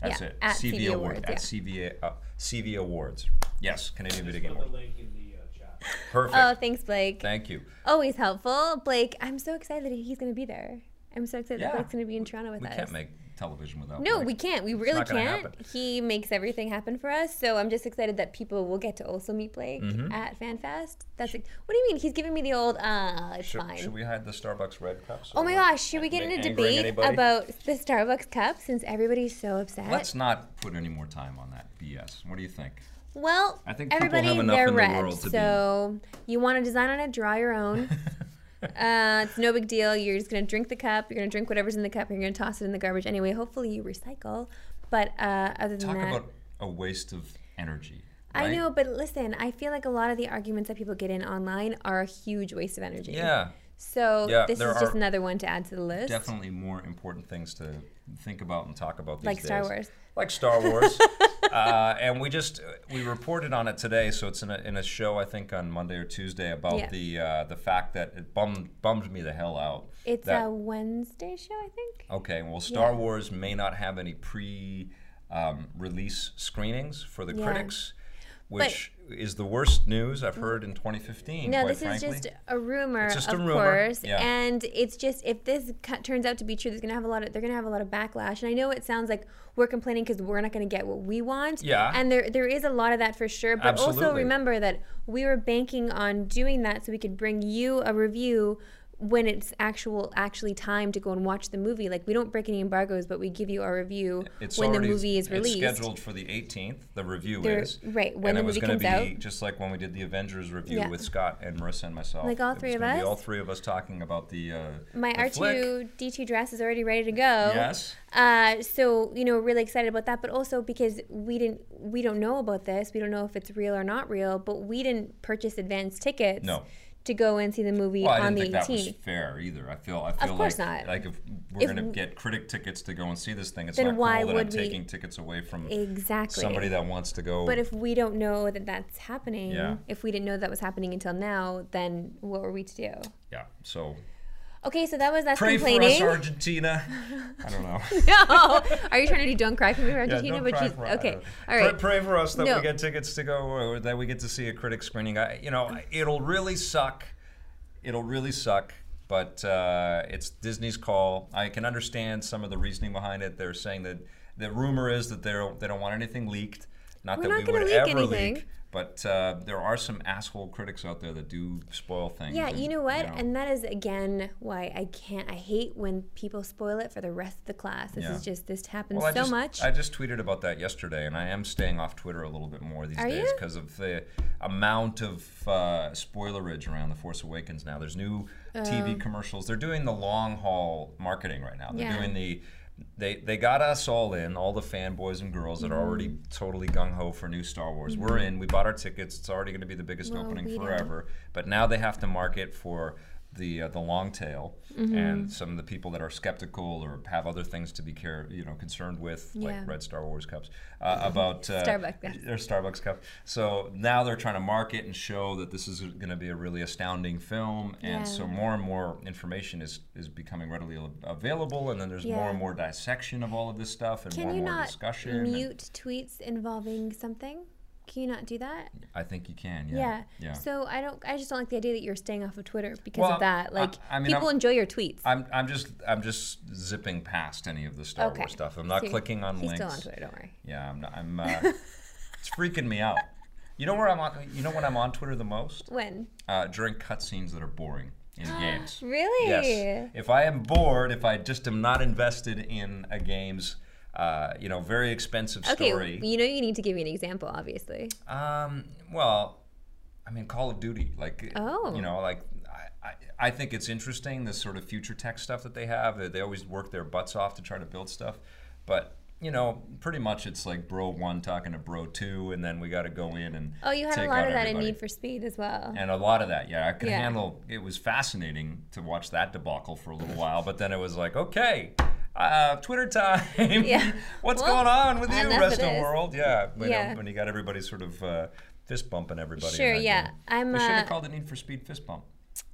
That's Yeah, it. at CV, awards. CV Awards, At yeah. CVA uh, CV awards. Yes, Canadian Video Game Put the Awards. link in the uh, chat. Perfect. oh, thanks, Blake. Thank you. Always helpful, Blake. I'm so excited that he's gonna be there. I'm so excited that Yeah. Blake's gonna be in Toronto with We us. can't make television without. No, Blake. we can't. We really not gonna can't. happen. He makes everything happen for us. So I'm just excited that people will get to also meet Blake Mm-hmm. at FanFest. That's like, what do you mean? He's giving me the old, ah, it's Should, fine. should we hide the Starbucks red cups? oh or my what? gosh, should we get Ma- in a angering debate anybody? about the Starbucks cup since everybody's so upset? Let's not put any more time on that BS. What do you think? well, I think people everybody, have enough they're in the red. world to be- so you want to design on it, draw your own. uh, it's no big deal. You're just going to drink the cup. You're going to drink whatever's in the cup. You're going to toss it in the garbage anyway. Hopefully you recycle. But uh, other than Talk that. about a waste of energy. I right? know, but listen, I feel like a lot of the arguments that people get in online are a huge waste of energy. Yeah, So Yeah, this there is just are another one to add to the list. definitely more important things to think about and talk about these Like days. Star Wars. like Star Wars. uh, and we just we reported on it today, so it's in a, in a show I think on Monday or Tuesday about Yeah. the uh, the fact that it bummed bummed me the hell out. It's that, a Wednesday show, I think. okay. Well, Star yeah. Wars may not have any pre um, release screenings for the Yeah. critics, which is the worst news I've heard in 2015. No, quite this frankly. is just a rumor, It's just a of rumor, course, yeah. and it's just if this cu- turns out to be true, there's gonna have a lot of they're gonna have a lot of backlash. And I know it sounds like we're complaining because we're not gonna get what we want. Yeah. And there there is a lot of that for sure. But also Absolutely. remember that we were banking on doing that so we could bring you a review when it's actual actually time to go and watch the movie. Like we don't break any embargoes, but we give you our review It's when the already, movie is It's released. scheduled for the 18th. The review There- is right, and when the it was movie gonna comes be out. just like when we did the Avengers review Yeah. with Scott and Marissa and myself. Like all It was three of gonna be us? all three of us talking about the. Uh, My the R flick. two D two dress is already ready to go. Yes. Uh, so you know, really excited about that, but also because we didn't, we don't know about this. We don't know if it's real or not real. But we didn't purchase advance tickets No. to go and see the movie Well, I didn't on the think that was 18th. fair either. I feel I feel course like not. like if we're If gonna w- get critic tickets to go and see this thing, it's Then not why cool that I'm would we- taking tickets away from Exactly. somebody that wants to go. but if we don't know that that's happening, Yeah. if we didn't know that was happening until now, then what were we to do? yeah, so Okay, so that was us pray for complaining. us, Argentina. I don't know. no, are you trying to do don't cry for me, Argentina? don't but cry you, for- I okay, don't- all right. Pray, pray for us that No. we get tickets to go, or that we get to see a critic screening. I, you know, it'll really suck. It'll really suck. But uh, it's Disney's call. I can understand some of the reasoning behind it. They're saying that the rumor is that they don't they don't want anything leaked. Not We're that not we gonna would leak ever anything. leak. But uh, there are some asshole critics out there that do spoil things. Yeah, and, you know what? And that is again why I can't. I hate when people spoil it for the rest of the class. This Yeah. is just this happens Well, I so just, much. I just tweeted about that yesterday, and I am staying off Twitter a little bit more these Are days you? because of the amount of uh, spoilerage around The Force Awakens now. There's new Oh. TV commercials. They're doing the long haul marketing right now. They're Yeah. doing the they, they got us all in, all the fanboys and girls that are already Mm-hmm. totally gung ho for new Star Wars. We're in. We bought our tickets. It's already going to be the biggest Well, opening we don't. forever whatever. But now they have to market for the uh, the long tail Mm-hmm. and some of the people that are skeptical or have other things to be care you know concerned with Yeah. like red Star Wars cups uh, about uh, Starbucks cups. their Starbucks cup. So now they're trying to market and show that this is going to be a really astounding film, and so Yeah. more and more information is is becoming readily av- available, and then there's more Yeah. and more dissection of all of this stuff and more Can you and more not discussion. and- mute tweets involving something? Can you not do that? I think you can, yeah, Yeah. yeah. So I don't. I just don't like the idea that you're staying off of Twitter because Well, of that. I- Like I mean, people I'm- enjoy your tweets. I'm, I'm just I'm just zipping past any of the Star Okay. Wars stuff. I'm not See, clicking on He's links. still on Twitter. Don't worry. Yeah, I'm not, I'm. Uh, it's freaking me out. You know where I'm on? You know when I'm on Twitter the most? When? Uh, during cutscenes that are boring in games. Really? Yes. If I am bored, if I just am not invested in a game's, uh, you know, very expensive Okay. story. You know you need to give me an example, obviously. Um, well, I mean, Call of Duty, like, Oh. you know, like, I, I, I think it's interesting, this sort of future tech stuff that they have. They, they always work their butts off to try to build stuff. But, you know, pretty much it's like Bro 1 talking to Bro 2, and then we got to go in and. Oh, you had a take lot out of that everybody. in Need for Speed as well. And a lot of that, yeah. I could Yeah. handle it was fascinating to watch that debacle for a little while, but then it was like, okay, uh, Twitter time. Yeah. What's Well, going on with you, enough rest of of the this. world? Yeah. You know, Yeah. when you got everybody sort of uh, fist bumping everybody. in Sure, that yeah. game. I'm. They should Uh, have called it Need for Speed Fist Bump.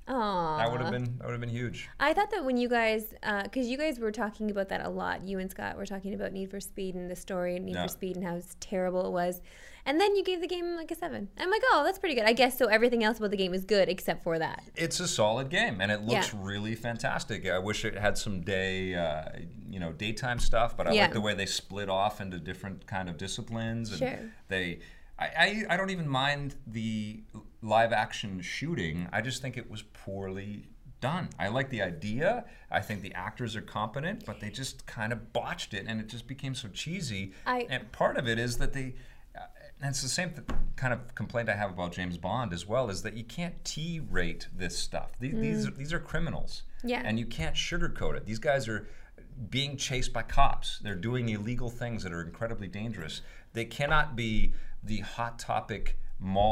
aw. That would have been that would have been huge. I thought that when you guys, because you guys were talking about that a lot, you and Scott were talking about Need for Speed and the story and Need Yeah. for Speed and how terrible it was, and then you gave the game like a seven. I'm like, oh, that's pretty good. I guess so. Everything else about the game is good except for that. It's a solid game, and it Yeah. looks really fantastic. I wish it had some day, uh, you know, daytime stuff. But I Yeah. like the way they split off into different kind of disciplines, and Sure. they. I, I, I don't even mind the live action shooting. I just think it was poorly done. I like the idea. I think the actors are competent, but they just kind of botched it, and it just became so cheesy. I- and part of it is that they. uh, And it's the same th- kind of complaint I have about James Bond as well is that you can't T-rate this stuff. These these, these are criminals, Mm. Yeah. and you can't sugarcoat it. These guys are being chased by cops. They're doing illegal things that are incredibly dangerous. They cannot be the hot topic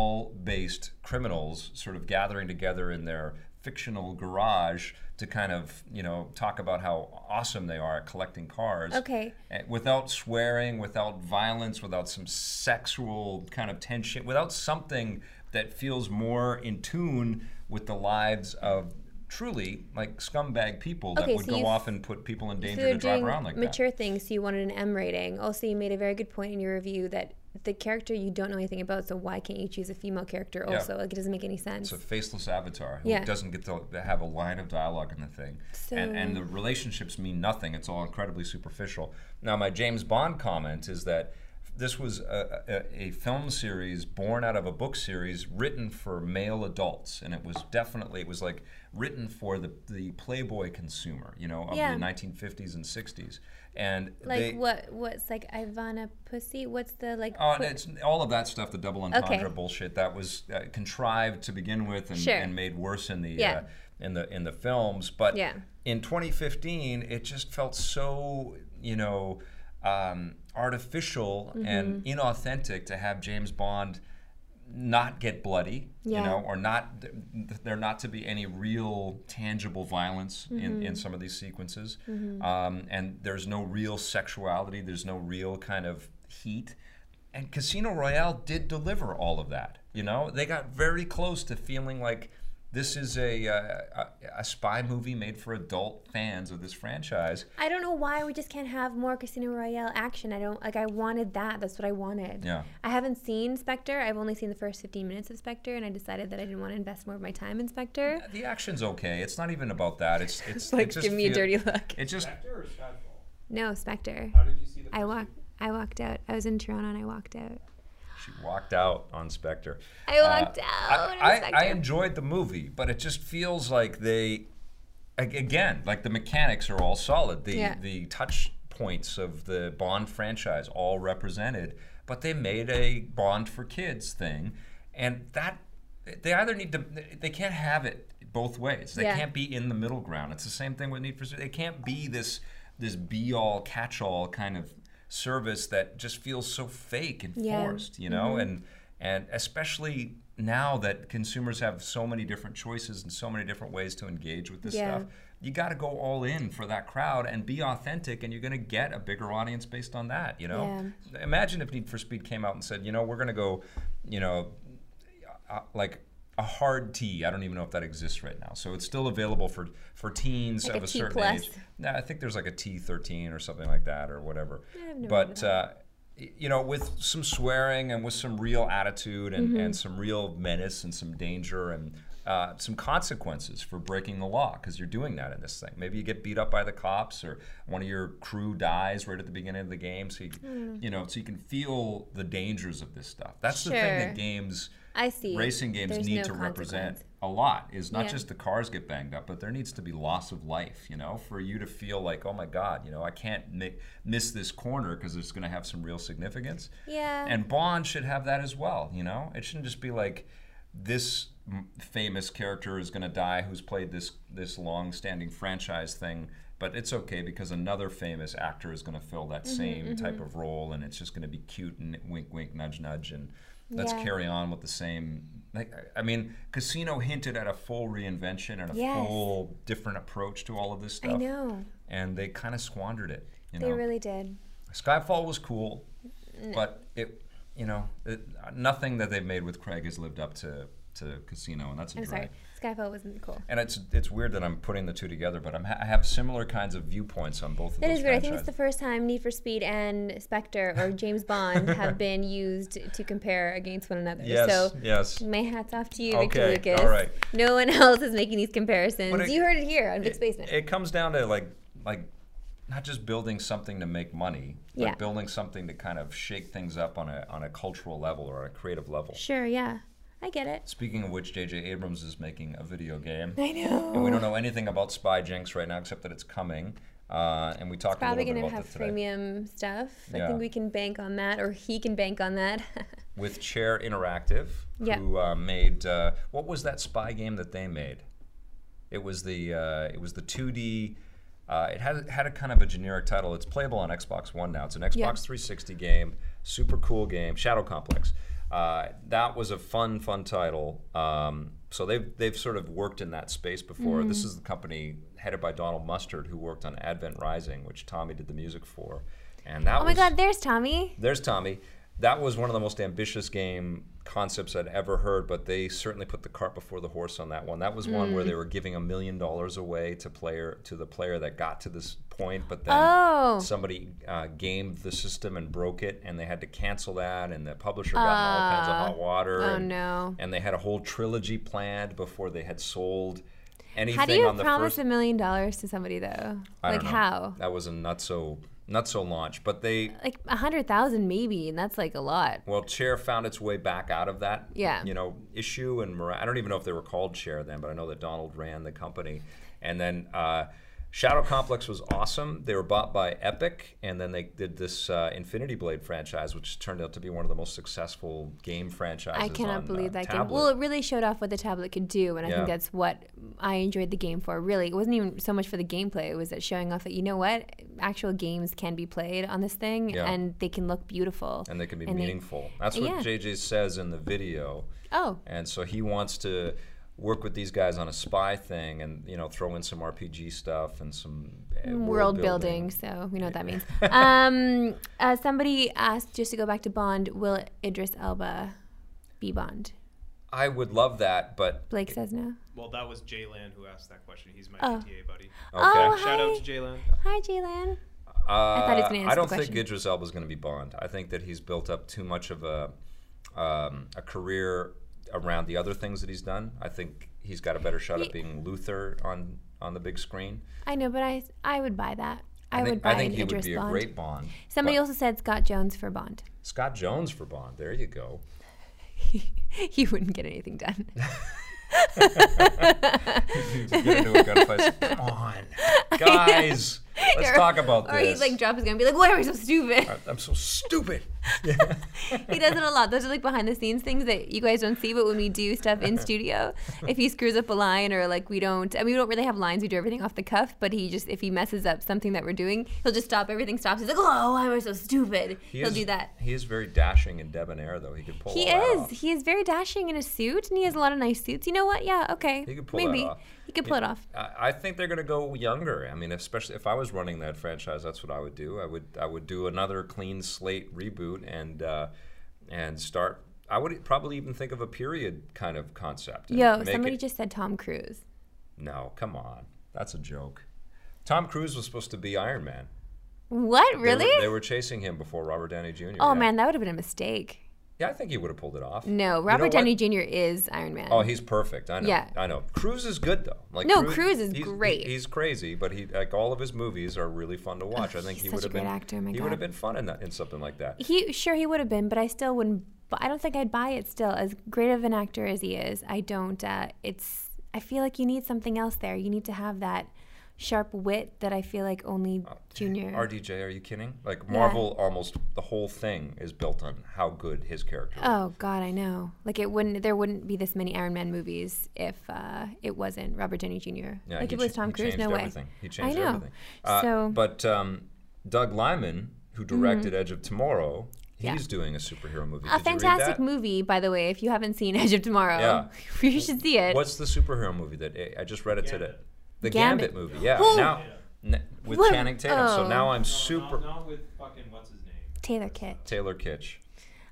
mall-based criminals sort of gathering together in their fictional garage to kind of you know talk about how awesome they are at collecting cars Okay. uh, without swearing, without violence, without some sexual kind of tension, without something that feels more in tune with the lives of truly like scumbag people that Okay, would so go you- off and put people in So danger they're to drive doing around like mature things, so you wanted an M rating. Also, you made a very good point in your review that the character you don't know anything about, so why can't you choose a female character? Yeah. Also, like it doesn't make any sense. It's a faceless avatar who Yeah. doesn't get to to have a line of dialogue in the thing. And, and the relationships mean nothing. It's all incredibly superficial. Now, my James Bond comment is that this was a, a, a film series born out of a book series written for male adults, and it was definitely it was like written for the the Playboy consumer, you know, of Yeah. the 1950s and 60s, and Like they, what? What's like Ivana Pussy? What's the like? Oh, and quick- it's all of that stuff, the double entendre Okay. bullshit that was uh, contrived to begin with and, Sure. and made worse in the Yeah. uh, in the in the films. But Yeah. in 2015, it just felt so you know um, artificial Mm-hmm. and inauthentic to have James Bond not get bloody, Yeah. you know, or not th- there not to be any real tangible violence Mm-hmm. in, in some of these sequences. Um, and there's no real sexuality, there's no real kind of heat. And Casino Royale did deliver all of that. You know, they got very close to feeling like this is a, uh, a a spy movie made for adult fans of this franchise. I don't know why we just can't have more Casino Royale action. I don't like. I wanted that. That's what I wanted. Yeah. I haven't seen Spectre. I've only seen the first 15 minutes of Spectre, and I decided that I didn't want to invest more of my time in Spectre. The action's okay. It's not even about that. It's it's Like, it just give me a feel- dirty look. It Uh, just Spectre or Skyfall? No, Spectre. How did you see the I first walk. I walked out. I was in Toronto, and I walked out. she walked out on Spectre. I walked Uh, out. on I, Spectre. I, I enjoyed the movie, but it just feels like they, ag- again, like the mechanics are all solid. The Yeah. the touch points of the Bond franchise all represented, but they made a Bond for kids thing, and that they either need to they can't have it both ways. They Yeah. can't be in the middle ground. It's the same thing with Need for Speed. They can't be this this be all catch all kind of service that just feels so fake and Yeah. Mm-hmm. forced, you know, and and especially now that consumers have so many different choices and so many different ways to engage with this Yeah. stuff, you got to go all in for that crowd and be authentic, and you're going to get a bigger audience based on that, you know. Imagine if Need for Speed came out and said, you know, we're going to go, you know, uh, like. A hard tea. I don't even know if that exists right now. So it's still available for for teens Like a of a T certain plus? age. No, I think there's like a T13 or something like that or whatever. I've never heard of but uh, y- you know, with some swearing and with some real attitude and, and some real menace and some danger and uh, some consequences for breaking the law because you're doing that in this thing. Maybe you get beat up by the cops or one of your crew dies right at the beginning of the game, so you, you know, so you can feel the dangers of this stuff. That's the thing Sure. that games. I see. Racing games There's need no to represent consequence. a lot. Is not Yeah. just the cars get banged up, but there needs to be loss of life. You know, for you to feel like, oh my God, you know, I can't mi- miss this corner because it's going to have some real significance. Yeah. And Bond should have that as well. You know, it shouldn't just be like this m- famous character is going to die who's played this this long-standing franchise thing but it's okay because another famous actor is going to fill that Mm-hmm, same type of role and it's just going to be cute and wink wink nudge nudge and let's Yeah. carry on with the same like i I mean casino hinted at a full reinvention and a Yes. full different approach to all of this stuff I know. and they kind of squandered it you They know really did. Skyfall was cool, but it, you know, it, nothing that they've made with Craig has lived up to to Casino, and that's a I'm drag. sorry. Skyfall wasn't cool. And it's it's weird that I'm putting the two together, but I'm ha- I have similar kinds of viewpoints on both of That those is weird. I think it's franchises. the first time Need for Speed and Spectre or James Bond have been used to compare against one another. yes, So yes. my hat's off to you, Okay, Victor Lucas. all right. No one else is making these comparisons. But it- you heard it here on Vic's it- Basement. It, comes down to like like not just building something to make money, but Yeah. building something to kind of shake things up on a on a cultural level or a creative level. sure, yeah. I get it. Speaking of which, J.J. Abrams is making a video game. I And know. we don't know anything about Spy Jinx right now, except that it's coming. Uh, and we talked a Probably little bit going about to have that today. premium stuff. I Yeah. think we can bank on that, or he can bank on that. With Chair Interactive, Yeah. who uh, made uh, what was that spy game that they made? It was the uh, it was the 2D. Uh, it had had a kind of a generic title. It's playable on Xbox One now. It's an Xbox Yeah. 360 game, super cool game. Shadow Complex. Uh, that was a fun, fun title. Um, so they've they've sort of worked in that space before. This Mm-hmm. is the company headed by Donald Mustard, who worked on Advent Rising, which Tommy did the music for, and that oh my was God, there's Tommy. there's Tommy. That was one of the most ambitious game concepts I'd ever heard, but they certainly put the cart before the horse on that one. That was one where Hmm. they were giving a million dollars away to player to the player that got to this point, but then Oh. somebody uh, gamed the system and broke it, and they had to cancel that, and the publisher got in all kinds of hot water. Oh and, no. And they had a whole trilogy planned before they had sold anything How do you on the promise first. a million dollars to somebody though? I like don't know. how? That was a not so not so launch, but they like a hundred thousand maybe, and that's like a lot. well, Chair found its way back out of that, Yeah. you know, issue. And Mora- I don't even know if they were called Chair then, but I know that Donald ran the company. And then uh, Shadow Complex was awesome. They were bought by Epic, and then they did this uh, Infinity Blade franchise, which turned out to be one of the most successful game franchises. I cannot on, believe uh, that game. tablet. Well, it really showed off what the tablet could do, and I Yeah. think that's what I enjoyed the game for. Really, it wasn't even so much for the gameplay; it was that showing off that you know what, actual games can be played on this thing, Yeah. and they can look beautiful. and they can be and they- meaningful. That's what Yeah. JJ says in the video. oh, and so he wants to work with these guys on a spy thing and you know throw in some rpg stuff and some uh, world, building, so we know what that means. um, uh, somebody asked just to go back to Bond. Will Idris Elba be Bond? i would love that but Blake says no. Well, that was Jaylan who asked that question. He's my Oh. PTA buddy. Oh, Shout out hi. to Jaylan. Hi, Jalen. uh, i, he was gonna answer the don't think question. idris elba's going to be bond i think that he's built up too much of a um, a career around the other things that he's done i think he's got a better shot at He- being luther on on the big screen I know, but I I would buy that. I, think, would buy I think an he would Idris be Bond. a great bond Somebody But also said Scott Jones for Bond. scott jones for bond there you go he wouldn't get anything done. get into a gunfight. Come on, guys, let's talk about or this. he'd like drop his gun and be like, "Why are we so stupid?" I'm so stupid. he does it a lot. Those are like behind the scenes things that you guys don't see, but when we do stuff in studio, if he screws up a line or like we don't, I mean, we don't really have lines. We do everything off the cuff. But he just, if he messes up something that we're doing, he'll just stop. Everything stops. He's like, "Oh, why am I so stupid?" He he'll is- do that. He is very dashing and debonair, though. He could pull. He all that is. off. He is very dashing in a suit, and he has a lot of nice suits. You know what? Yeah, okay. He could pull that Maybe off. he could pull it off. I I think they're going to go younger. I mean, especially if I was running that franchise, that's what I would do. I would I would do another clean slate reboot and uh, and start. I would probably even think of a period kind of concept. and Yo, make somebody it- just said Tom Cruise. No, come on, that's a joke. Tom Cruise was supposed to be Iron Man. What They were- really? They were, chasing him before Robert Downey Jr. Oh yeah. man, that would have been a mistake. Yeah, I think he would have pulled it off. No, know Robert what? Downey Jr. is Iron Man. Oh, he's perfect. I know. Yeah. I know. Cruz is good though. Like No, Cruise is he's- great. Oh, he- he's crazy, but he like all of his movies are really fun to watch. I think he's he would such a have great been actor, Oh my he would God. have been fun in that in something like that. he sure he would have been, but I still wouldn't. But I don't think I'd buy it. Still, as great of an actor as he is, I don't. Uh, it's. I feel like you need something else there. You need to have that sharp wit that I feel like only Junior. RDJ, Oh, are you kidding? Like Marvel, almost the whole thing is built on how good his character. is. oh God, I know. Like it wouldn't. There wouldn't be this many Iron Man movies if uh, it wasn't Robert Downey Jr. Yeah, like he it was cha- Tom he Cruise. No changed way. everything. He changed I know. everything. Uh, So- Mm-hmm. but um, Doug Lyman, who directed Edge of Tomorrow, he's Yeah. doing a superhero movie. Did A you read fantastic that? movie, by the way. If you haven't seen Edge of Tomorrow, Yeah. you should see it. What's the superhero movie that eh, I just read it today? The Gambit, Gambit. movie. Yeah. Whoa. Now n- with What? Channing Tatum. So Oh. now I'm super Uh, Not, with fucking what's his name. Taylor Kitsch. Taylor Kitsch.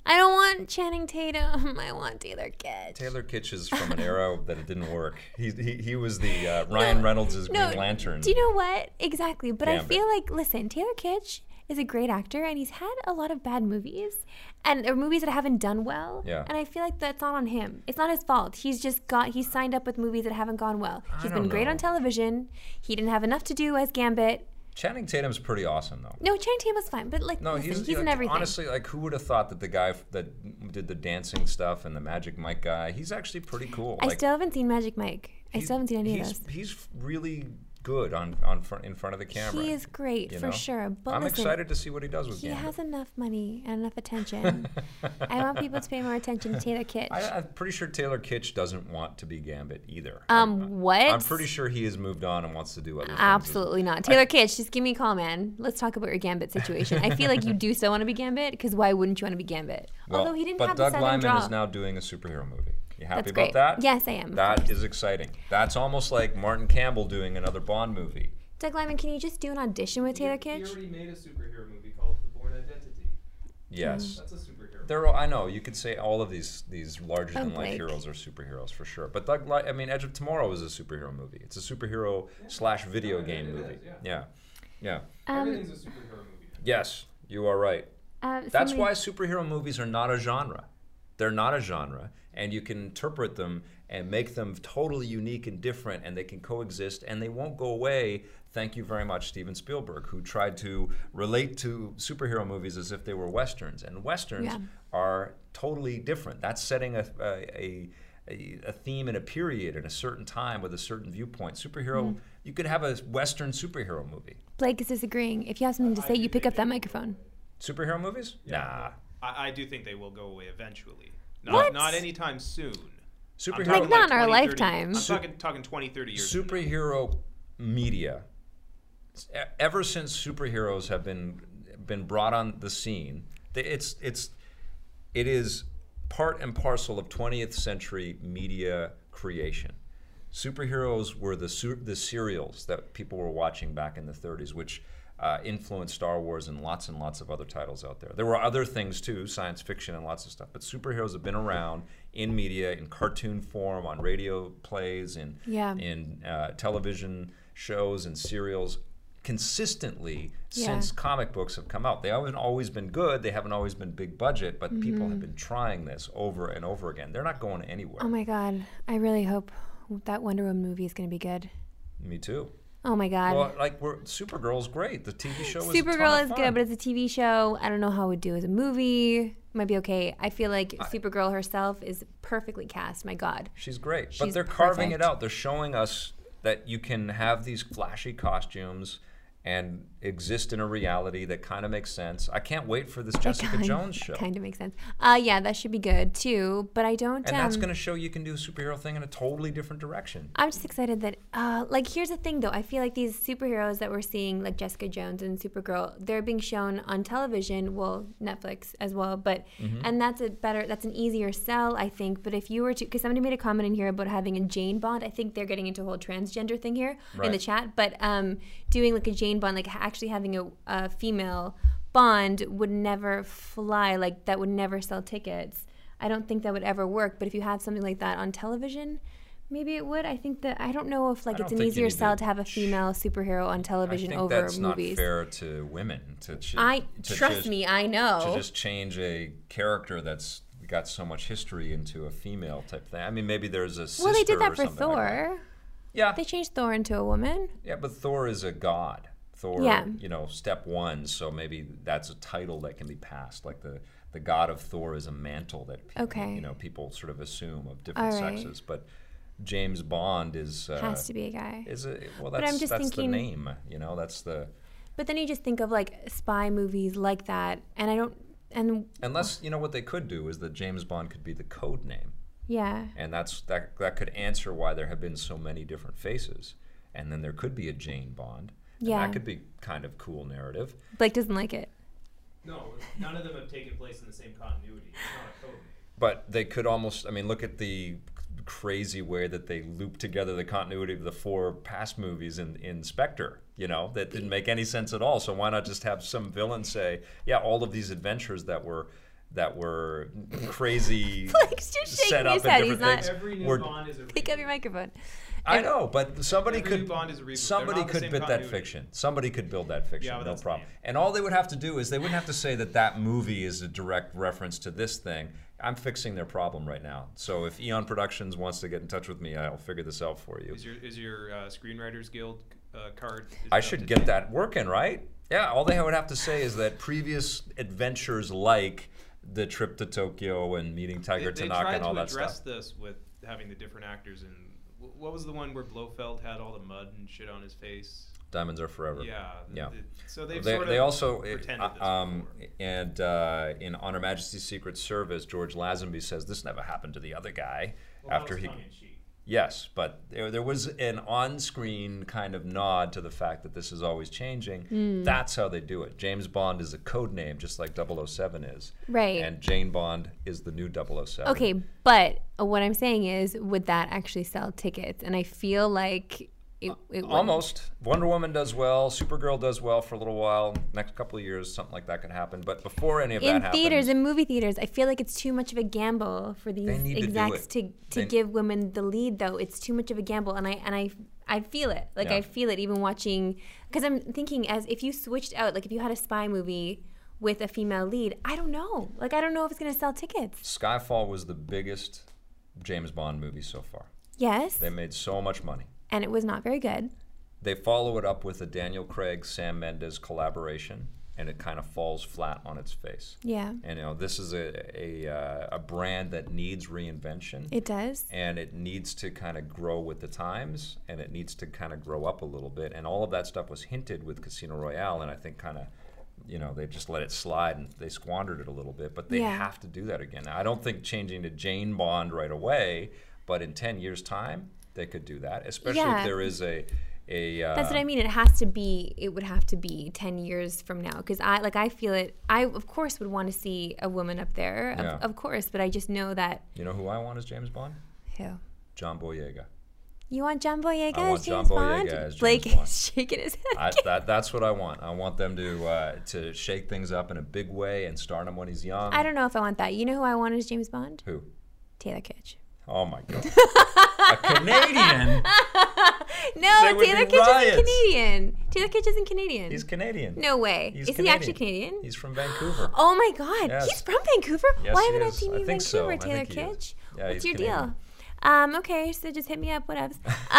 I don't want Channing Tatum. I want Taylor Kitsch. Taylor Kitsch is from an era that it didn't work. He he, he was the uh, Ryan Reynolds' Green Lantern. Do you know what? Exactly. But I Gambit. feel like, listen, Taylor Kitsch is a great actor and he's had a lot of bad movies and or movies that haven't done well. Yeah. And I feel like that's not on him. It's not his fault. He's just got he's signed up with movies that haven't gone well. He's don't been great know. on television. He didn't have enough to do as Gambit. Channing Tatum's pretty awesome though. No, Channing Tatum was fine, but like No, listen, he's, he's, like, in everything. Honestly, like who would have thought that the guy f- that did the dancing stuff and the Magic Mike guy, he's actually pretty cool. I Like, still haven't seen Magic Mike. I he's- still haven't seen any of he's- those. He's really good on on fr- in front of the camera. He is great you for know? sure. But I'm listen, excited to see what he does with He Gambit. has enough money and enough attention. I want people to pay more attention to Taylor Kitsch. I, I'm pretty sure Taylor Kitsch doesn't want to be Gambit either. um, what? I'm pretty sure he has moved on and wants to do other things. Absolutely not. Taylor Kitsch, just give me a call, man. Let's talk about your Gambit situation. I feel like you do still want to be Gambit because why wouldn't you want to be Gambit? Well, Although he didn't but have Doug the Lyman silent draw. is now doing a superhero movie. You happy That's about great. that? Yes, I am. of That course. is exciting. That's almost like Martin Campbell doing another Bond movie. Doug Lyman, can you just do an audition with Taylor He Kitsch? already made a superhero movie called The Born Identity. Mm. Yes. That's a superhero. There are, I know, you could say all of these these larger than life Blake. heroes are superheroes for sure. But Doug Ly- I mean Edge of Tomorrow is a superhero movie. It's a superhero slash video Yeah, game it movie. is, yeah. yeah. Yeah. Um, Everything's a superhero movie. Yes, you are right. uh, That's somebody- why superhero movies are not a genre. They're not a genre, and you can interpret them and make them totally unique and different, and they can coexist, and they won't go away. Thank you very much, Steven Spielberg, who tried to relate to superhero movies as if they were westerns, and westerns Yeah. are totally different. That's setting a a, a a theme in a period in a certain time with a certain viewpoint. Superhero, you could have a western superhero movie. Blake is disagreeing. If you have something to say, you pick up that microphone. Superhero movies? Nah. I, I do think they will go away eventually. Not, What? not anytime soon. I'm Superhero talking Like, not in our 20, 30 lifetime. I'm talking, talking 20, 30 years. from now. superhero media s- e- ever since superheroes have been been brought on the scene th- it's it's it is part and parcel of 20th century media creation superheroes were the su- the serials that people were watching back in the 30s which uh, influenced Star Wars and lots and lots of other titles out there. There were other things too, science fiction and lots of stuff, but superheroes have been around in media, in cartoon form, on radio plays, in Yeah. in uh, television shows and serials consistently Yeah. since comic books have come out. They haven't always been good, they haven't always been big budget, but people Mm-hmm. have been trying this over and over again. They're not going anywhere. Oh my god. I really hope that Wonder Woman movie is going to be good. Me too. Oh my god. Well, like we're Supergirl's great. The TV show is a ton Supergirl of is fun. good, but it's a TV show. I don't know how it would do as a movie. Might be okay. I feel like Supergirl herself is perfectly cast. My God. She's great. but She's they're carving it perfect. out. They're showing us that you can have these flashy costumes and exist in a reality that kind of makes sense. I can't wait for Oh this Jessica Jones show. Kind of makes sense. Uh, yeah, that should be good too. But I don't. And that's um, going to show you can do a superhero thing in a totally different direction. I'm just excited that, uh, like, here's the thing though. I feel like these superheroes that we're seeing, like Jessica Jones and Supergirl, they're being shown on television, well, Netflix as well, but, Mm-hmm. and that's a better, that's an easier sell, I think. But if you were to, because somebody made a comment in here about having a Jane Bond, I think they're getting into a whole transgender thing here in the Right. chat, but um, doing like a Jane Bond, like ha- actually having a, a female Bond would never fly, like, that would never sell tickets. I don't think that would ever work, but if you have something like that on television, Maybe it would. I think that I don't know if like I it's don't an think you easier need to sell to have a sh- female superhero on I television think over that's not movies. fair to women to, ch- I to trust just, me, I to know. just change a character that's got so much history into a female type thing. I mean, maybe there's a sister Well, they did or that for something like that. Thor. Yeah, They changed Thor into a woman. yeah, but Thor is a god. Thor, Yeah. you know, step one. So maybe that's a title that can be passed. Like the the god of Thor is a mantle that people, Okay. you know people sort of assume of different All right. sexes. But James Bond is uh, Has to be a guy. is it well But that's I'm just that's thinking- the name you know that's the But then you just think of like spy movies like that, and I don't. And unless you know what they could do is that james bond could be the code name yeah, and that's that that could answer why there have been so many different faces and then there could be a jane bond and Yeah. that could be kind of cool narrative Blake doesn't like it. No, none of them have taken place in the same continuity. It's not a code name. but they could almost i mean look at the crazy way that they looped together the continuity of the four past movies in, in spectre you know that didn't make any sense at all so why not just have some villain say yeah all of these adventures that were that were crazy Blake's just set shaking up his in head. He's different not. things. Every new We're- Bond is a Pick up your reboot. microphone. I know, but somebody Every could new Bond is a reboot. They're somebody not the could same bit that continuity. fiction. Somebody could build that fiction, Yeah, but no that's problem. lame. And all they would have to do is they wouldn't have to say that that movie is a direct reference to this thing. I'm fixing their problem right now. So if Eon Productions wants to get in touch with me, I'll figure this out for you. Is your is your uh, Screenwriters Guild uh, card? is I up to should date? get that working, right? Yeah, all they would have to say is that previous adventures like the trip to Tokyo and meeting They, Tiger they Tanaka tried and all to that address stuff. this with having the different actors and wh- what was the one where Blofeld had all the mud and shit on his face? Diamonds are forever. Yeah. th- Yeah. th- so they've they, sort of they also uh, pretended this um, before. and uh, in Honor Majesty's Secret Service, George Lazenby says this never happened to the other guy. after he yes, but there, there was an on-screen kind of nod to the fact that this is always changing. Hmm. That's how they do it. James Bond is a code name, just like 007 is, Right. And Jane Bond is the new 007. Okay, but uh, what I'm saying is, would that actually sell tickets? And I feel like it. Uh, it wouldn't. Almost. Wonder Woman does well. Supergirl does well for a little while. Next couple of years, something like that could happen. But before any of in that happens, theaters and movie theaters i feel like it's too much of a gamble for these need to do execs it. to, to, They- give women the lead though it's too much of a gamble and i and i i feel it like i Yeah. feel it even watching because i'm thinking as if you switched out like if you had a spy movie with a female lead, I don't know. Like I don't know if it's gonna sell tickets. Skyfall was the biggest James Bond movie so far. Yes, They made so much money. and it was not very good. They follow it up with a Daniel Craig Sam Mendes collaboration, and it kind of falls flat on its face. Yeah, And, you know, this is a a, uh, a brand that needs reinvention. it does. and it needs to kind of grow with the times and it needs to kind of grow up a little bit and all of that stuff was hinted with casino royale and i think kind of you know they just let it slide and they squandered it a little bit but they Yeah. have to do that again i don't think changing to jane bond right away but in 10 years time they could do that especially Yeah. if there is a a uh, That's what I mean. It has to be. It would have to be ten years from now, because I like. I feel it. I of course would want to see a woman up there, of, Yeah. of course. But I just know that you know who i want as james bond who john boyega you want John Boyega I want as John James Boyega Bond. as James Blake Bond. is shaking his head. I, that, that's what I want. I want them to uh, to shake things up in a big way and start him when he's young. I don't know if I want that. You know who I want as James Bond? Who? Taylor Kitsch. Oh my god. a Canadian? There No, would Taylor be Kitsch riots. isn't Canadian. Taylor Kitsch isn't Canadian. He's Canadian. no way. He's is he actually Canadian? He's from Vancouver. oh my God. Yes. He's from Vancouver? Yes, Why he haven't I is. seen I you in think so. Vancouver, I Taylor think he is. Kitsch? Yeah, What's he's your Canadian. deal? Um, okay, so just hit me up, whatevs.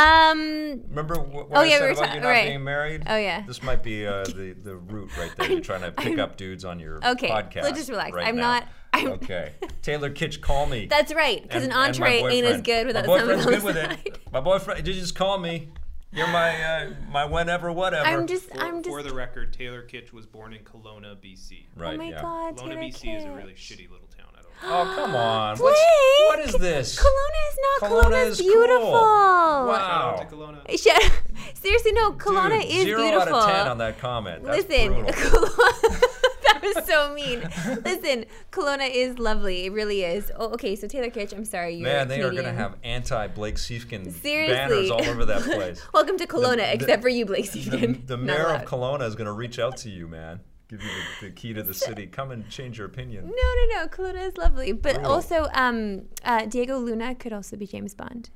Um, Remember what, what Oh, I yeah, we said were about talking- you not right. being married? Oh, yeah. This might be uh, the the root right there. You're trying to pick up dudes on your Okay, podcast. let's just relax. right I'm now. not- I'm- okay. Taylor Kitsch, call me. that's right, because And- an and my entree ain't as boyfriend. good without My someone boyfriend's else. good with it. My boyfriend, you just call me. You're my uh, my whenever whatever. I'm just, For, I'm just. for the record, Taylor Kitsch was born in Kelowna, BC. right, oh my yeah. God, Kelowna, Taylor BC Kitsch. is a really shitty little town. I don't know. Oh come on! Blake! What's, what is this? Kelowna is not. Kelowna Kelowna, is is cool. beautiful. Wow. Shout out Oh. to Kelowna. Sh- Seriously, no. Kelowna Dude, is zero beautiful. out of ten on that comment. That's Listen, brutal. Kelowna. that was so mean. Listen, Kelowna is lovely. It really is. Oh, okay, so Taylor Kitsch, I'm sorry. You're Man, they are going to Canadian. have anti Blake Siefkin Seriously. banners all over that place. Welcome to Kelowna, the- except for you, Blake the, Steven. the mayor of Kelowna is going to reach out to you, man. Give you the, the key to the city. Come and change your opinion. No, no, no. Kelowna is lovely, but Brutal. also um, uh, Diego Luna could also be James Bond.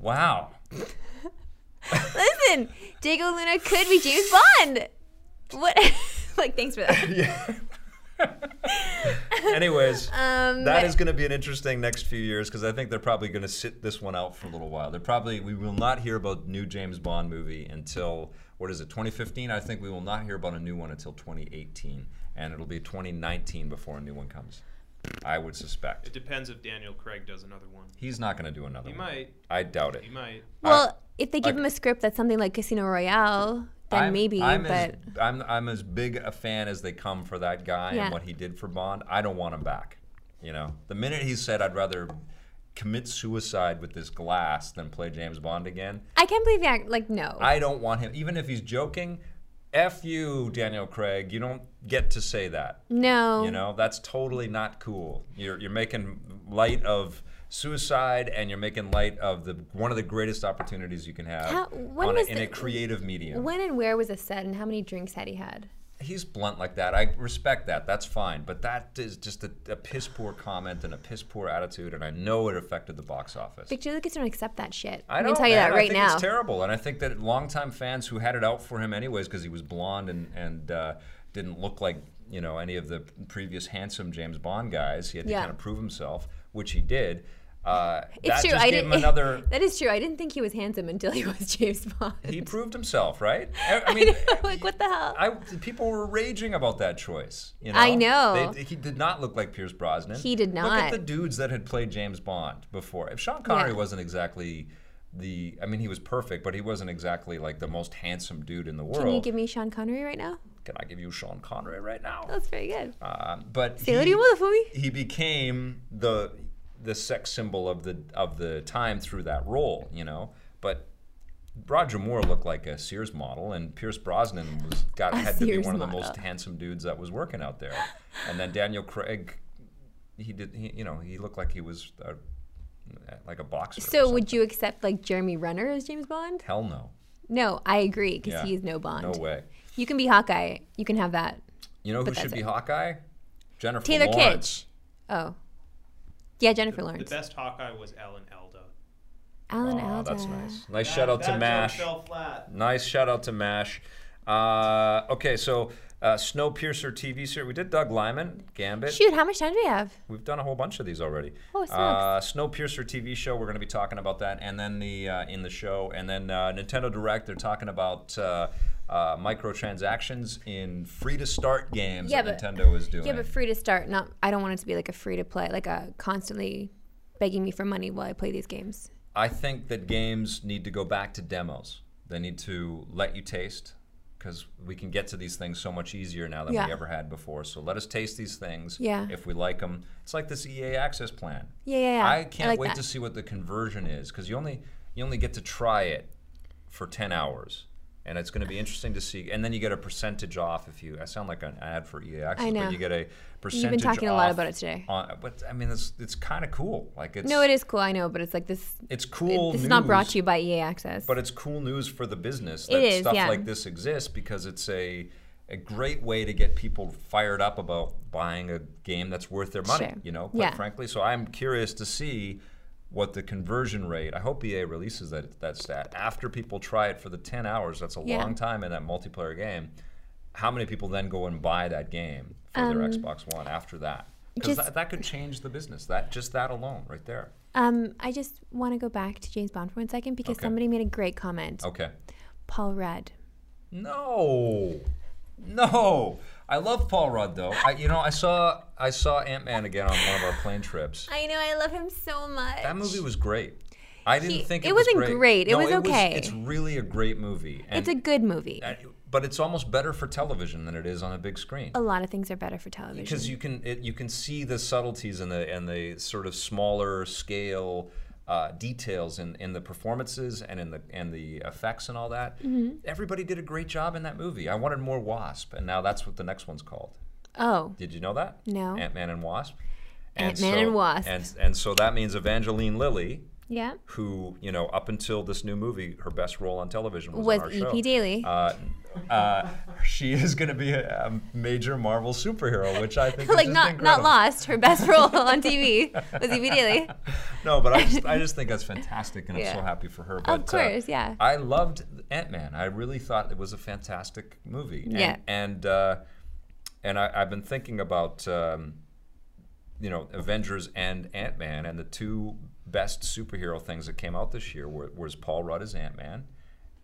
Wow. Listen, Diego Luna could be James Bond. What? like, thanks for that. Yeah. Anyways, Um, that is going to be an interesting next few years because I think they're probably going to sit this one out for a little while. They're probably we will not hear about new James Bond movie until what is it 2015? I think we will not hear about a new one until 2018, and it'll be 2019 before a new one comes. I would It suspect depends if Daniel Craig does another one. he's not going to do another He one. might. I doubt it. He might. Well, if they give I- him a script that's something like Casino Royale, then I'm- maybe. I'm but as, I'm I'm as big a fan as they come for that guy Yeah. and what he did for Bond. I don't want him back. You know, the minute he said I'd rather commit suicide with this glass than play James Bond again, I can't believe you act like no. I don't want him. Even if he's joking, f you, Daniel Craig. You don't get to say that. no. You know, that's totally not cool. You're you're making light of suicide and you're making light of the one of the greatest opportunities you can have How- when on a, was in the- a creative medium. When and where was this set, and how many drinks had he had? he's blunt like that. I respect that. That's fine. But that is just a, a piss poor comment and a piss poor attitude, and I know it affected the box office. Victor Lucas don't accept that shit. I I'm know, gonna tell you man. that I right think now. It's terrible, and I think that longtime fans who had it out for him anyways because he was blonde and and uh, didn't look like you know any of the previous handsome James Bond guys. He had to Yeah. kind of prove himself, which he did. Uh, it's that true. Just I gave didn't. him another. that is true. I didn't think he was handsome until he was James Bond. He proved himself, right? I, I mean, like what the hell? I people were raging about that choice. You know? I know. They, he did not look like Pierce Brosnan. He did Look at not. the dudes that had played James Bond before. If Sean Connery Yeah. wasn't exactly the, I mean, he was perfect, but he wasn't exactly like the most handsome dude in the world. Can you give me Sean Connery right now? Can I give you Sean Connery right now? That's very good. Um, but Say what you want for me. he became the the sex symbol of the of the time through that role, you know. But Roger Moore looked like a Sears model, and Pierce Brosnan was got A had to be Sears one of the model. most handsome dudes that was working out there. And then Daniel Craig, he did, he, you know, he looked like he was uh like a boxer. or So would something. you accept like Jeremy Renner as James Bond? Hell no, No, I agree because Yeah. he is no Bond. no way. You can be Hawkeye. You can have that. You know who But should that's be it. Hawkeye? Jennifer Taylor Lawrence. Kitsch. Oh. Yeah, Jennifer The Lawrence. best Hawkeye was Alan Alda. Alan Aw, Alda. Oh, that's nice. Nice shout out to Mash. Fell flat. Nice shout out to Mash. Uh, okay, so Uh, Snowpiercer TV series. We did Doug Lyman, Gambit. Shoot, how much time do we have? We've done a whole bunch of these already. Oh, it uh, Snowpiercer TV show. We're going to be talking about that, and then the uh, in the show, and then uh, Nintendo Direct. They're talking about uh, uh, microtransactions in free to start games Yeah, that but- Nintendo is doing. Yeah, but free to start. Not. I don't want it to be like a free to play, like a constantly begging me for money while I play these games. I think that games need to go back to demos. They need to let you taste because we can get to these things so much easier now than Yeah. we ever had before. So let us taste these things. Yeah. If we like them, it's like this EA access plan. Yeah, yeah, yeah. I can't like wait that. to see what the conversion is because you only you only get to try it for ten hours, and it's going to be interesting to see. And then you get a percentage off if you. I sound like an ad for EA Access, know. but you get a percentage. You've been talking a lot off about it today. On, but I mean, it's it's kind of cool. Like it's No, it is cool. I know, but it's like this. it's cool. this is not brought news. to you by EA Access. But it's cool news for the business It that is, stuff yeah. like this exists because it's a a great way to get people fired up about buying a game that's worth their money, Sure. you know, quite Yeah. frankly. So I'm curious to see what the conversion rate. I hope EA releases that that stat after people try it for the 10 hours. That's a Yeah. long time in that multiplayer game. How many people then go and buy that game for their Xbox One after that? Because Um, just- that, that could change the business. That just that alone, right there. um, I just want to go back to James Bond for one second because Okay. somebody made a great comment. Okay. Paul Rudd. No, no. I love Paul Rudd though. I, you know, I saw I saw Ant Man again on one of our plane trips. I know. I love him so much. That movie was great. I didn't He- think it, it was wasn't great. It No, was okay. it's really a great movie. And, it's a good movie. I- but it's almost better for television than it is on a big screen a lot of things are better for television. because you can it, you can see the subtleties and the and the sort of smaller scale uh, details in, in the performances and in the and the effects and all that. Mm-hmm. Everybody did a great job in that movie. I wanted more Wasp, and now that's what the next one's called. Oh, Did you know that? No. Ant Man and Wasp. Ant-Man and Wasp. And and so that means Evangeline Lilly, yeah. who you know up until this new movie, her best role on television was, Was E on our EP show. Daily. Uh, uh, she is going to be a, a major Marvel superhero, which I think is like just not not incredible. lost. Her best role on TV was EP Daily. No, but I just, I just think that's fantastic, and Yeah. I'm so happy for her. But, Of uh, course, yeah. I loved Ant Man. I really thought it was a fantastic movie. And, Yeah. And uh, and I, I've been thinking about um, you know Avengers and Ant Man, and the two best superhero things that came out this year were, was Paul Rudd as Ant Man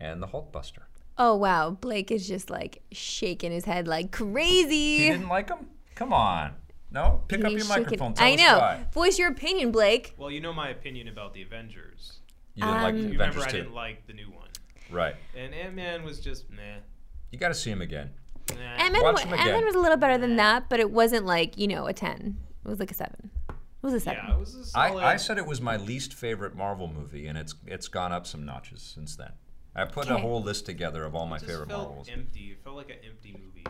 and the Hulkbuster. Oh wow, Blake is just like shaking his head like crazy. You didn't like him? Come on. No, pick up He's your shaking- microphone. Tell I us know. why. Voice your opinion, Blake. Well, you know my opinion about the Avengers. You didn't Um, like the You Avengers remember I too, didn't like the new one, right? and Ant Man was just meh. You got to see him again. Nah. Ant-Man, Watch wa- him again. Ant-Man was a little better than that, but it wasn't like you know a ten. It was like a seven. It was a seven. yeah, it was a solid. I, I said it was my least favorite Marvel movie, and it's it's gone up some notches since then. I put a Okay. whole list together of all my it just favorite felt Marvels. empty. It felt like an empty movie.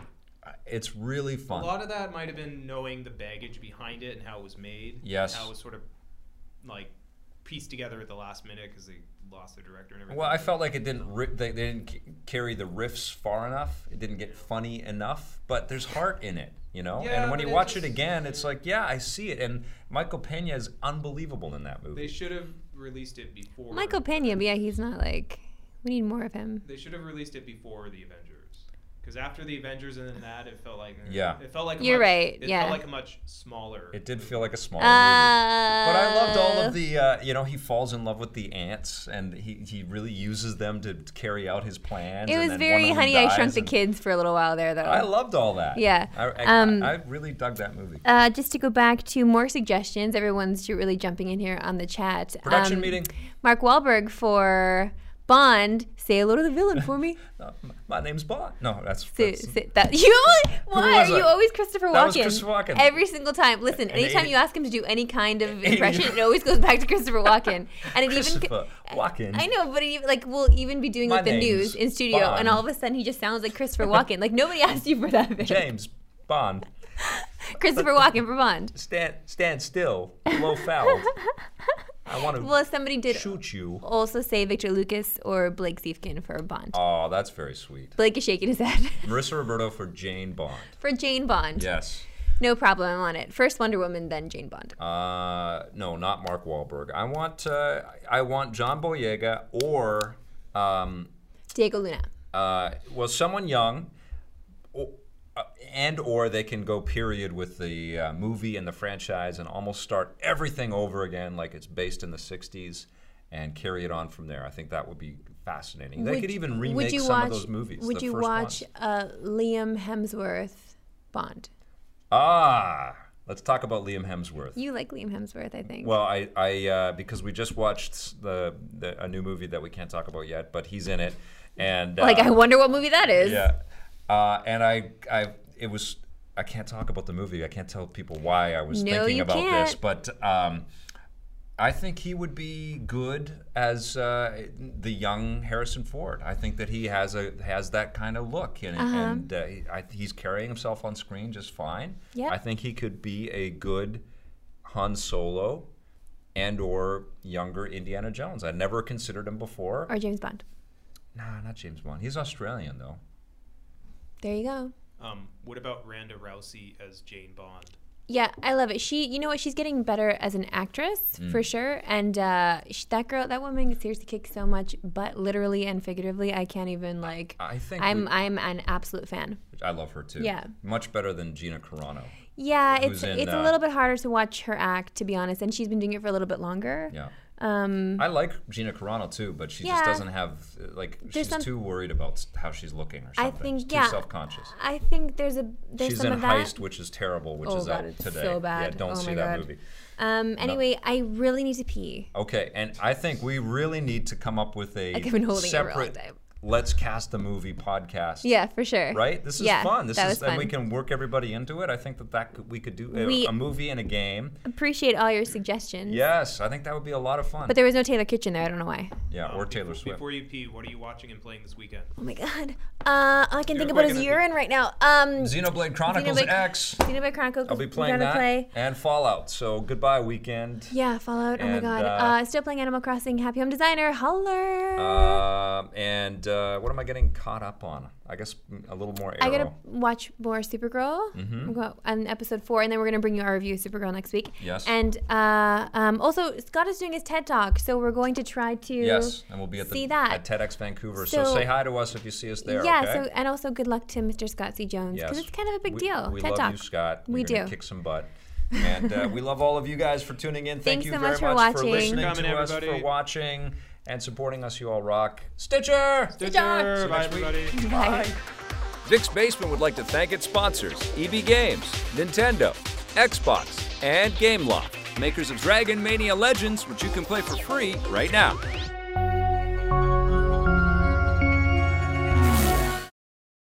It's really A fun. lot of that might have been knowing the baggage behind it and how it was made. Yes. And how it was sort of like pieced together at the last minute because they lost the director and everything. well, I felt like it didn't ri- they, they didn't c- carry the riffs far enough. It didn't get funny enough, but there's heart in it, you know. Yeah, and when but it you watch just- it again, it's like, yeah, I see it. And Michael Pena is unbelievable in that they movie. should have released it before. Michael Pena, but yeah, he's not like. We need more of him. They should have released it before the Avengers. Because after the Avengers and then that, it felt like eh. Yeah. it felt like a You're much- right, It yeah. felt like a much smaller. it did feel like a small movie. Uh, But but I loved all of the, uh, you know, he falls in love with the ants, and he, he really uses them to carry out his plans. It and was then one very of them Honey I dies Shrunk the and- Kids for a little while there, though. I loved all that. Yeah. I, I, Um, I really dug that movie. uh, just to go back to more suggestions, everyone's ju- really jumping in here on the chat. Production Um, meeting. Mark Wahlberg for Bond. Say hello to the villain for me. Uh, m- my name's Bond. No, that's, Say- that's say- that you. Why was are you I? always Christopher Walken? That was Christopher Walken. Every single time. Listen, And anytime eighty- you ask him to do any kind of eighty- impression, it always goes back to Christopher Walken. And it even. Christopher Walken. I know, but it even, like we'll even be doing My like the name's news in studio, and Bond. all of a sudden he just sounds like Christopher Walken. like nobody asked you for that. bit. James Bond. Christopher Walken for Bond. Stand stand still, low fouled. I want to Well, somebody did shoot you. also say Victor Lucas or Blake Siefkin for Bond. Oh, that's very sweet. Blake is shaking his head. Marissa Roberto for Jane Bond. for Jane Bond. Yes. No problem. I'm on it. First Wonder Woman, then Jane Bond. Uh, no, not Mark Wahlberg. I want uh, I want John Boyega or um, Diego Luna. uh, well someone young, or, uh, and or they can go period with the uh, movie and the franchise and almost start everything over again like it's based in the 60s and carry it on from there. I think that would be fascinating. they could even remake some of those movies. Would the you first watch ones. uh, Liam Hemsworth Bond? Ah, let's talk about Liam Hemsworth. You like Liam Hemsworth, I think. Well, I, I uh, because we just watched the, the a new movie that we can't talk about yet, but he's in it, and uh, like I wonder what movie that is. yeah, uh, and I I it was I can't talk about the movie. I can't tell people why I was No, thinking you about this, can't. but um, I think he would be good as uh, the young Harrison Ford. I think that he has a has that kind of look, and, Uh-huh. and uh, he- I, he's carrying himself on screen just fine. Yep. I think he could be a good Han Solo and or younger Indiana Jones. I never considered him before. Or James Bond. Nah, not James Bond. He's Australian though. There you go. Um, what about Randa Rousey as Jane Bond? Yeah, I love it. She, you know what? She's getting better as an actress Hmm. for sure. And uh, sh that girl, that woman seriously kicks so much, but literally and figuratively, I can't even like. I think we- I'm I'm an absolute fan. I love her too. Yeah. Much better than Gina Carano. Yeah, Who's it's in, it's uh, a little bit harder to watch her act, to be honest, and she's been doing it for a little bit longer. Yeah. Um, I like Gina Carano too, but she just Yeah. doesn't have uh, like she's some- too worried about s- how she's looking or I something. think, she's yeah. too self-conscious. I think there's a there's she's some in of that. Heist, which is terrible, which Oh, is God, out it's today. so bad. Yeah, don't Oh, see my that God. movie. Um, anyway, I really need to pee. Okay, and I think we really need to come up with a Like I've been holding it for a long separate time. let's cast the movie podcast. Yeah, for sure. Right? This is Yeah, fun. This that is was and we fun. can work everybody into it. I think that that could, we could do a, We- a movie and a game. Appreciate all your suggestions. Yes, I think that would be a lot of fun. But there was no Taylor Kitchen there. I don't know why. yeah, Um, or befo- Taylor Swift. Before you pee, what are you watching and playing this weekend? Oh my god. Uh, all I can You're think about looking is at- urine right now. Um, Xenoblade Chronicles Xenoblade- X. Xenoblade Chronicles. I'll be we playing gotta that play. and Fallout. So goodbye weekend. Yeah, Fallout. oh my And, god. uh, Uh, still playing Animal Crossing. Happy Home Designer. Holler. Um, and uh, what am I getting caught up on? I guess mm, a little more Arrow. I gotta watch more Supergirl Mm-hmm. We'll go on episode four, and then we're gonna bring you our review of Supergirl next week. Yes. And uh, um, also, Scott is doing his TED talk, so we're going to try to. yes, and we'll be at the see that. at TEDx Vancouver. So, So- say hi to us if you see us there. yeah. okay? So and also, good luck to Mr. Scott C. Jones because Yes. it's kind of a big we, deal. We TED love talk. you, Scott. We You're gonna do. Kick some butt. and uh, we love all of you guys for tuning in. Thank Thanks you so very much for watching. listening Thanks for to coming, us, for everybody. watching and supporting us. You all rock. Stitcher. Stitcher. Stitcher. Bye, next week. everybody. Bye. Dick's Basement would like to thank its sponsors EB Games, Nintendo, Xbox, and Gameloft, makers of Dragon Mania Legends, which you can play for free right now.